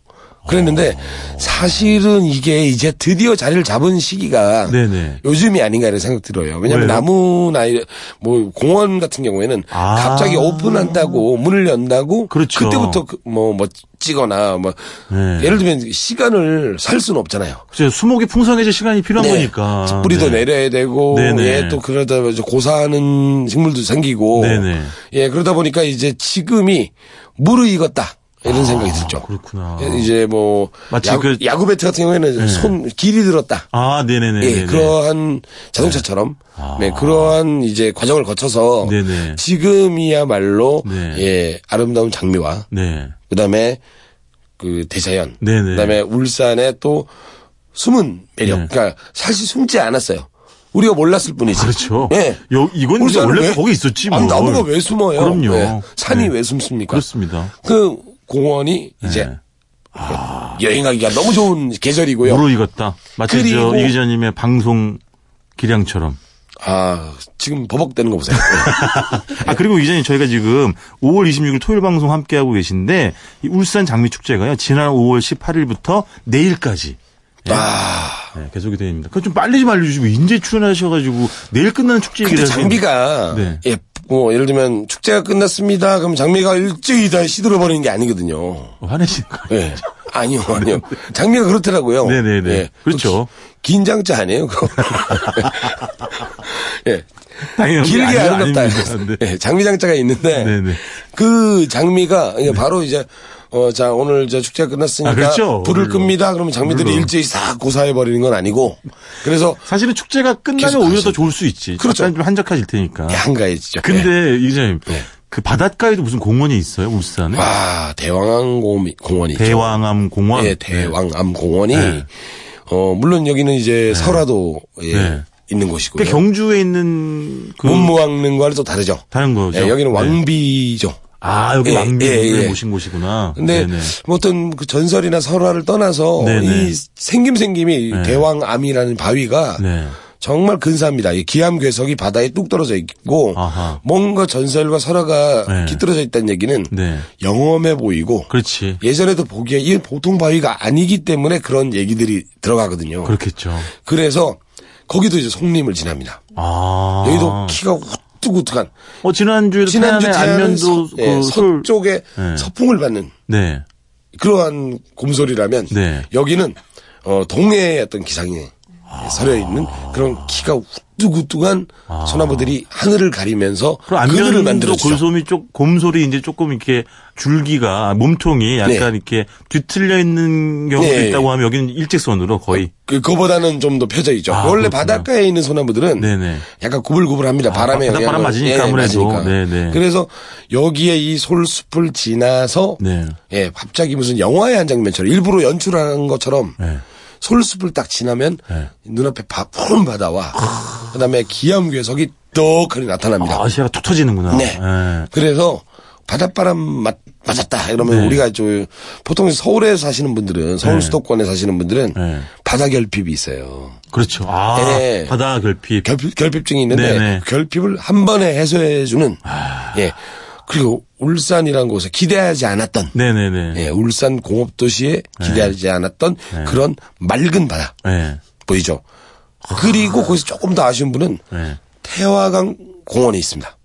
[SPEAKER 7] 그랬는데 사실은 이게 이제 드디어 자리를 잡은 시기가
[SPEAKER 1] 네네.
[SPEAKER 7] 요즘이 아닌가 이런 생각 들어요. 왜냐하면
[SPEAKER 1] 왜요?
[SPEAKER 7] 나무나 이- 뭐 공원 같은 경우에는
[SPEAKER 1] 아.
[SPEAKER 7] 갑자기 오픈한다고 문을 연다고
[SPEAKER 1] 그렇죠.
[SPEAKER 7] 때부터 뭐 멋지거나 뭐
[SPEAKER 1] 네.
[SPEAKER 7] 예를 들면 시간을 살 수는 없잖아요.
[SPEAKER 1] 글쎄요, 수목이 풍성해질 시간이 필요한 거니까.
[SPEAKER 7] 뿌리도
[SPEAKER 1] 네.
[SPEAKER 7] 네. 내려야 되고
[SPEAKER 1] 네네.
[SPEAKER 7] 예 또 그러다 보면 이제 고사하는 식물도 생기고
[SPEAKER 1] 네네.
[SPEAKER 7] 예 그러다 보니까 이제 지금이 무르익었다 이런 생각이 들죠.
[SPEAKER 1] 아, 그렇구나.
[SPEAKER 7] 예, 이제 뭐
[SPEAKER 1] 마치
[SPEAKER 7] 야구,
[SPEAKER 1] 그-
[SPEAKER 7] 야구 배트 같은 경우에는 손 길이 들었다.
[SPEAKER 1] 아, 네네네. 아.
[SPEAKER 7] 예, 그러한 자동차처럼 네, 그러한 이제 과정을 거쳐서
[SPEAKER 1] 네네.
[SPEAKER 7] 지금이야말로
[SPEAKER 1] 네.
[SPEAKER 7] 예 아름다운 장미와
[SPEAKER 1] 네.
[SPEAKER 7] 그다음에 그 대자연,
[SPEAKER 1] 네네.
[SPEAKER 7] 그다음에 울산의 또 숨은 매력.
[SPEAKER 1] 네.
[SPEAKER 7] 그러니까 사실 숨지 않았어요. 우리가 몰랐을 뿐이지.
[SPEAKER 1] 그렇죠.
[SPEAKER 7] 예.
[SPEAKER 1] 요- 이건 이제
[SPEAKER 7] 울산은
[SPEAKER 1] 원래
[SPEAKER 7] 왜-
[SPEAKER 1] 거기 있었지,
[SPEAKER 7] 아니,
[SPEAKER 1] 뭘.
[SPEAKER 7] 나무가 왜 숨어요?
[SPEAKER 1] 그럼요.
[SPEAKER 7] 예. 산이
[SPEAKER 1] 네.
[SPEAKER 7] 왜 숨습니까?
[SPEAKER 1] 그렇습니다.
[SPEAKER 7] 그 공원이 이제
[SPEAKER 1] 네. 아.
[SPEAKER 7] 여행하기가 너무 좋은 계절이고요.
[SPEAKER 1] 무르익었다. 마치
[SPEAKER 7] 그리고-
[SPEAKER 1] 저 이 기자님의 방송 기량처럼.
[SPEAKER 7] 아 지금 버벅대는 거 보세요.
[SPEAKER 1] 아 그리고 이전에 저희가 지금 5월 26일 토요일 방송 함께 하고 계신데 이 울산 장미 축제가요 지난 5월 18일부터 내일까지
[SPEAKER 7] 아
[SPEAKER 1] 네, 계속이 됩니다. 그럼 좀 빨리 좀 알려주시고 인제 출연하셔가지고 내일 끝나는 축제
[SPEAKER 7] 근데
[SPEAKER 1] 얘기를 하세요.
[SPEAKER 7] 장비가
[SPEAKER 1] 네.
[SPEAKER 7] 예. 뭐 예를 들면 축제가 끝났습니다. 그럼 장미가 일찍이 다 시들어 버리는 게 아니거든요.
[SPEAKER 1] 화내시는 거
[SPEAKER 7] 예.
[SPEAKER 1] 아니에요?
[SPEAKER 7] 아니요, 아니요. 장미가 그렇더라고요.
[SPEAKER 1] 네네네.
[SPEAKER 7] 예.
[SPEAKER 1] 그렇죠.
[SPEAKER 7] 기- 긴장자 아니에요, 그거. 예.
[SPEAKER 1] 당연히
[SPEAKER 7] 길게
[SPEAKER 1] 아니-
[SPEAKER 7] 아름답다.
[SPEAKER 1] 아닙니다. 네.
[SPEAKER 7] 예, 장미장자가 있는데
[SPEAKER 1] 네네.
[SPEAKER 7] 그 장미가 이제 바로 이제 어, 자, 오늘 이제 축제가 끝났으니까
[SPEAKER 1] 아, 그렇죠.
[SPEAKER 7] 불을
[SPEAKER 1] 물론.
[SPEAKER 7] 끕니다. 그러면 장미들이
[SPEAKER 1] 물론.
[SPEAKER 7] 일제히 싹 고사해버리는 건 아니고 그래서
[SPEAKER 1] 사실은 축제가 끝나면
[SPEAKER 7] 계속
[SPEAKER 1] 오히려 더
[SPEAKER 7] 가시죠.
[SPEAKER 1] 좋을 수 있지.
[SPEAKER 7] 그렇죠.
[SPEAKER 1] 약간 좀 한적해질 테니까.
[SPEAKER 7] 한가해지죠. 예.
[SPEAKER 1] 아. 근데 이 기자님 그 바닷가에도 무슨 공원이 있어요 울산에?
[SPEAKER 7] 아, 대왕암 공원이- 공원이. 있죠.
[SPEAKER 1] 대왕암 공원.
[SPEAKER 7] 예, 대왕암 공원이
[SPEAKER 1] 네.
[SPEAKER 7] 어 물론 여기는 이제 설화도 예,
[SPEAKER 1] 네.
[SPEAKER 7] 있는 곳이고요.
[SPEAKER 1] 그러니까 경주에 있는 그
[SPEAKER 7] 문무왕릉과는 또 다르죠.
[SPEAKER 1] 다른 거죠.
[SPEAKER 7] 예, 여기는
[SPEAKER 1] 네.
[SPEAKER 7] 왕비죠.
[SPEAKER 1] 아, 여기
[SPEAKER 7] 예,
[SPEAKER 1] 왕비를
[SPEAKER 7] 예, 예.
[SPEAKER 1] 모신 곳이구나.
[SPEAKER 7] 근데
[SPEAKER 1] 네네.
[SPEAKER 7] 뭐 어떤 그 전설이나 설화를 떠나서
[SPEAKER 1] 네네.
[SPEAKER 7] 이 생김생김이
[SPEAKER 1] 네.
[SPEAKER 7] 대왕암이라는 바위가
[SPEAKER 1] 네.
[SPEAKER 7] 정말 근사합니다. 이 기암 괴석이 바다에 뚝 떨어져 있고
[SPEAKER 1] 아하.
[SPEAKER 7] 뭔가 전설과 설화가
[SPEAKER 1] 네.
[SPEAKER 7] 깃들어져 있다는 얘기는
[SPEAKER 1] 네.
[SPEAKER 7] 영험해 보이고
[SPEAKER 1] 그렇지.
[SPEAKER 7] 예전에도 보기에 이 보통 바위가 아니기 때문에 그런 얘기들이 들어가거든요.
[SPEAKER 1] 그렇겠죠.
[SPEAKER 7] 그래. 서 거기도 이제 속림을 지납니다.
[SPEAKER 1] 아.
[SPEAKER 7] 여기도 키가 우뚝우뚝한
[SPEAKER 1] 어, 지난주에도
[SPEAKER 7] 지난주
[SPEAKER 1] 태안의
[SPEAKER 7] 태안은
[SPEAKER 1] 안면도
[SPEAKER 7] 서-
[SPEAKER 1] 그
[SPEAKER 7] 예,
[SPEAKER 1] 술-
[SPEAKER 7] 서쪽에
[SPEAKER 1] 네.
[SPEAKER 7] 서풍을 받는
[SPEAKER 1] 네.
[SPEAKER 7] 그러한 곰소리라면
[SPEAKER 1] 네.
[SPEAKER 7] 여기는 어, 동해의 어떤 기상에 서려 있는 그런 키가 우뚝우뚝한 소나무들이 하늘을 가리면서
[SPEAKER 1] 아. 그럼
[SPEAKER 7] 그늘을
[SPEAKER 1] 안면도
[SPEAKER 7] 만들어주죠.
[SPEAKER 1] 곰소리 쪽 곰소리 이제 조금 이렇게 줄기가 몸통이 약간
[SPEAKER 7] 네.
[SPEAKER 1] 이렇게 뒤틀려 있는 경우도
[SPEAKER 7] 네.
[SPEAKER 1] 있다고 하면 여기는 일직선으로 거의
[SPEAKER 7] 그, 그거보다는 좀 더 펴져 있죠.
[SPEAKER 1] 아,
[SPEAKER 7] 원래
[SPEAKER 1] 그렇구나.
[SPEAKER 7] 바닷가에 있는 소나무들은
[SPEAKER 1] 네네. 아,
[SPEAKER 7] 약간 구불구불합니다. 바람에
[SPEAKER 1] 바닷바람
[SPEAKER 7] 영향으로.
[SPEAKER 1] 맞으니까 아무래도. 네네.
[SPEAKER 7] 그래서 여기에 이 솔숲을 지나서
[SPEAKER 1] 네.
[SPEAKER 7] 예, 갑자기 무슨 영화의 한 장면처럼 일부러 연출하는 것처럼
[SPEAKER 1] 네.
[SPEAKER 7] 솔숲을 딱 지나면
[SPEAKER 1] 네.
[SPEAKER 7] 눈앞에 바, 푸른 바다와 그다음에 기암괴석이 떡하니 나타납니다.
[SPEAKER 1] 아, 시야가 툭 터지는구나.
[SPEAKER 7] 어. 네.
[SPEAKER 1] 예.
[SPEAKER 7] 그래서 바닷바람 맞, 맞았다. 이러면
[SPEAKER 1] 네.
[SPEAKER 7] 우리가 저 보통 서울에 사시는 분들은 서울
[SPEAKER 1] 네.
[SPEAKER 7] 수도권에 사시는 분들은
[SPEAKER 1] 네.
[SPEAKER 7] 바다 결핍이 있어요.
[SPEAKER 1] 그렇죠. 아,
[SPEAKER 7] 네.
[SPEAKER 1] 바다 결핍.
[SPEAKER 7] 결핍, 결핍증이 있는데
[SPEAKER 1] 네네. 아.
[SPEAKER 7] 결핍을 한 번에 해소해주는 예 그리고 울산이라는 곳에 기대하지 않았던
[SPEAKER 1] 네네네.
[SPEAKER 7] 예 울산 공업 도시에 기대하지 않았던 그런 맑은 바다
[SPEAKER 1] 네.
[SPEAKER 7] 보이죠. 그리고 거기서 조금 더 아쉬운 분은
[SPEAKER 1] 아. 네.
[SPEAKER 7] 태화강 공원이 있습니다.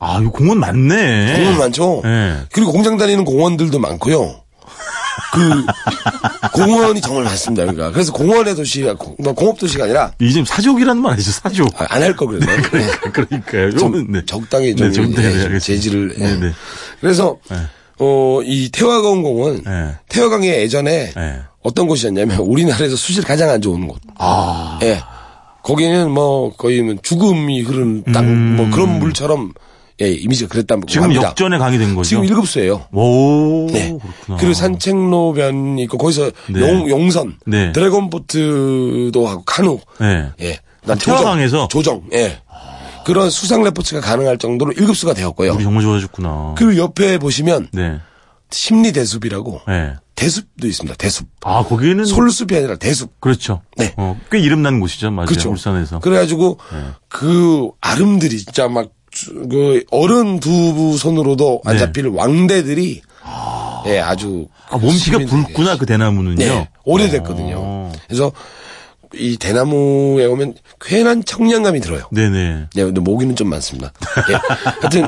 [SPEAKER 1] 아, 이 공원 많네.
[SPEAKER 7] 공원 많죠.
[SPEAKER 1] 네.
[SPEAKER 7] 그리고 공장 다니는 공원들도 많고요. 그 공원이 정말 많습니다. 여기가 그래서 공원의 도시가 공- 공업 도시가 아니라
[SPEAKER 1] 이 지금 사족이라는 말 아니죠? 사족.
[SPEAKER 7] 안 할 거 그랬나요?
[SPEAKER 1] 그러니까, 그러니까요. 요거는,
[SPEAKER 7] 좀
[SPEAKER 1] 네.
[SPEAKER 7] 적당히 좀,
[SPEAKER 1] 네, 좀, 네, 네,
[SPEAKER 7] 예, 좀
[SPEAKER 1] 알겠습니다.
[SPEAKER 7] 재질을 예.
[SPEAKER 1] 네, 네.
[SPEAKER 7] 그래서 어, 이 태화강 공원
[SPEAKER 1] 네.
[SPEAKER 7] 태화강이 예전에
[SPEAKER 1] 네.
[SPEAKER 7] 어떤 곳이었냐면 우리나라에서 수질 가장 안 좋은 곳.
[SPEAKER 1] 아.
[SPEAKER 7] 예. 거기는 뭐 거의 뭐 죽음이 흐르는 땅, 뭐 그런 물처럼 예, 이미지가 그랬다고
[SPEAKER 1] 지금
[SPEAKER 7] 합니다.
[SPEAKER 1] 역전의 강이 된 거죠?
[SPEAKER 7] 지금 일급수예요.
[SPEAKER 1] 오.
[SPEAKER 7] 네.
[SPEAKER 1] 그렇구나.
[SPEAKER 7] 그리고 산책로변이 있고 거기서
[SPEAKER 1] 네.
[SPEAKER 7] 용, 용선,
[SPEAKER 1] 네.
[SPEAKER 7] 드래곤 보트도 하고 카누,
[SPEAKER 1] 네.
[SPEAKER 7] 예.
[SPEAKER 1] 아, 태화강에서?
[SPEAKER 7] 조정. 조정, 예. 그런 수상 레포츠가 가능할 정도로 1급수가 되었고요.
[SPEAKER 1] 우리 정말 좋아졌구나.
[SPEAKER 7] 그리고 옆에 보시면
[SPEAKER 1] 네.
[SPEAKER 7] 심리 대숲이라고
[SPEAKER 1] 네.
[SPEAKER 7] 대숲도 있습니다. 대숲.
[SPEAKER 1] 아, 거기는.
[SPEAKER 7] 솔숲이 아니라 대숲.
[SPEAKER 1] 그렇죠.
[SPEAKER 7] 네.
[SPEAKER 1] 어, 꽤 이름난 곳이죠. 맞아요.
[SPEAKER 7] 그렇죠.
[SPEAKER 1] 울산에서. 네.
[SPEAKER 7] 그래가지고 그 아름들이 진짜 막 그 어른 두 손으로도 안
[SPEAKER 1] 네.
[SPEAKER 7] 잡힐 왕대들이 예, 아주
[SPEAKER 1] 아, 몸띠가
[SPEAKER 7] 시민들에게
[SPEAKER 1] 붉구나, 그 대나무는요.
[SPEAKER 7] 네, 오래됐거든요.
[SPEAKER 1] 어.
[SPEAKER 7] 그래서 이 대나무에 오면 쾌한 청량감이 들어요.
[SPEAKER 1] 네네.
[SPEAKER 7] 네, 근데 모기는 좀 많습니다. 예. 하여튼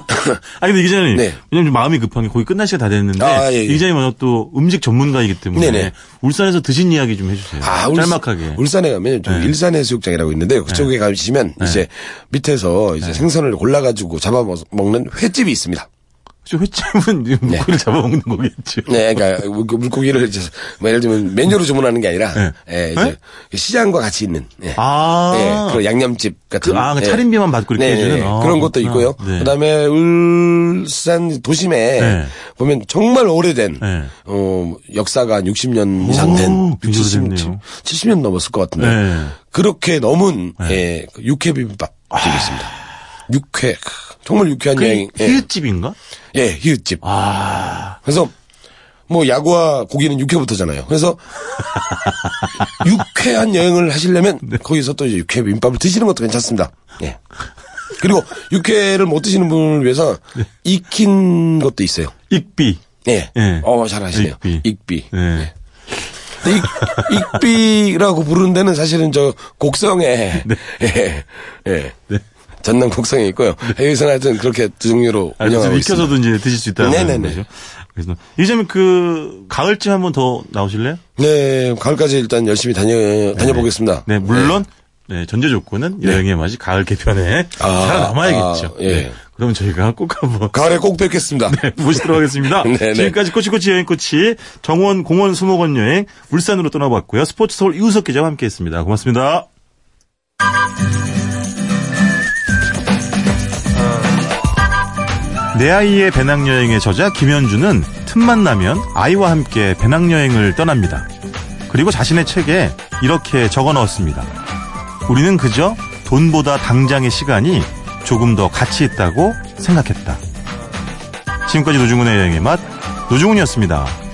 [SPEAKER 1] 아니, 근데 이 기자님.
[SPEAKER 7] 네.
[SPEAKER 1] 왜냐면 좀 마음이 급한 게 거의 끝날 시간 다 됐는데.
[SPEAKER 7] 아, 예, 예.
[SPEAKER 1] 이 기자님 워낙 또 음식 전문가이기 때문에.
[SPEAKER 7] 네네.
[SPEAKER 1] 울산에서 드신 이야기 좀 해주세요.
[SPEAKER 7] 아, 울산-
[SPEAKER 1] 짤막하게. 네.
[SPEAKER 7] 울산에 가면 좀 일산 해수욕장이라고 있는데 그쪽에 가시면 이제 밑에서
[SPEAKER 1] 네.
[SPEAKER 7] 이제 생선을 골라가지고 잡아먹는 횟집이 있습니다.
[SPEAKER 1] 저 횟집은 물고기를 잡아먹는 거겠죠.
[SPEAKER 7] 네, 그러니까 물- 물고기를 이제 뭐 예를 들면 메뉴로 주문하는 게 아니라
[SPEAKER 1] 네.
[SPEAKER 7] 예, 이제 시장과 같이 있는 예.
[SPEAKER 1] 아.
[SPEAKER 7] 예, 그런 양념집 같은
[SPEAKER 1] 그, 아, 그
[SPEAKER 7] 예.
[SPEAKER 1] 차림비만 받고 이렇게
[SPEAKER 7] 네,
[SPEAKER 1] 해주는?
[SPEAKER 7] 네,
[SPEAKER 1] 아,
[SPEAKER 7] 그런 것도
[SPEAKER 1] 그렇구나.
[SPEAKER 7] 있고요.
[SPEAKER 1] 네.
[SPEAKER 7] 그다음에 울산 도심에
[SPEAKER 1] 네.
[SPEAKER 7] 보면 정말 오래된
[SPEAKER 1] 네.
[SPEAKER 7] 어, 역사가 한 60년 이상
[SPEAKER 1] 오,
[SPEAKER 7] 된
[SPEAKER 1] 굉장히 오래됐네요.
[SPEAKER 7] 70, 년 넘었을 것 같은데
[SPEAKER 1] 네.
[SPEAKER 7] 그렇게 넘은 예, 그 육회 비빔밥 집이 있습니다. 육회 크, 정말 유쾌한 여행.
[SPEAKER 1] 아. 그 히읗집인가?
[SPEAKER 7] 예, 예, 히읗집.
[SPEAKER 1] 아.
[SPEAKER 7] 그래서 뭐 야구와 고기는 육회부터잖아요. 그래서 유쾌한 여행을 하시려면
[SPEAKER 1] 네.
[SPEAKER 7] 거기서 또 이제 육회 민밥을 드시는 것도 괜찮습니다. 예. 그리고 육회를 못 드시는 분을 위해서
[SPEAKER 1] 네.
[SPEAKER 7] 익힌 것도 있어요.
[SPEAKER 1] 익비.
[SPEAKER 7] 예.
[SPEAKER 1] 예.
[SPEAKER 7] 어, 잘 아시네요.
[SPEAKER 1] 익비.
[SPEAKER 7] 익비.
[SPEAKER 1] 네.
[SPEAKER 7] 근데 익, 비라고 부르는 데는 사실은 저 곡성에
[SPEAKER 1] 네.
[SPEAKER 7] 예. 예. 전남 곡성에 있고요. 여기서는 하여튼 그렇게 두 종류로
[SPEAKER 1] 네. 아, 그래서
[SPEAKER 7] 운영하고 있습니다.
[SPEAKER 1] 익혀서도 이제 드실 수 있다는
[SPEAKER 7] 네네네.
[SPEAKER 1] 거죠. 그래서 이점이 그 가을쯤 한 번 더 나오실래요?
[SPEAKER 7] 네, 가을까지 일단 열심히 다녀 다녀보겠습니다.
[SPEAKER 1] 네, 물론 네, 전제 조건은 여행의 맛이 가을 개편에
[SPEAKER 7] 아,
[SPEAKER 1] 살아남아야겠죠.
[SPEAKER 7] 아, 예.
[SPEAKER 1] 네, 그러면 저희가 꼭 한번
[SPEAKER 7] 가을에 꼭 뵙겠습니다.
[SPEAKER 1] 네. 보시도록 하겠습니다.
[SPEAKER 7] 네네.
[SPEAKER 1] 지금까지 꼬치꼬치 여행 꼬치 정원 공원 수목원 여행 울산으로 떠나봤고요. 스포츠 서울 이우석 기자와 함께했습니다. 고맙습니다. 내 아이의 배낭여행의 저자 김현주는 틈만 나면 아이와 함께 배낭여행을 떠납니다. 그리고 자신의 책에 이렇게 적어 넣었습니다. 우리는 그저 돈보다 당장의 시간이 조금 더 가치 있다고 생각했다. 지금까지 노중훈의 여행의 맛, 노중훈이었습니다.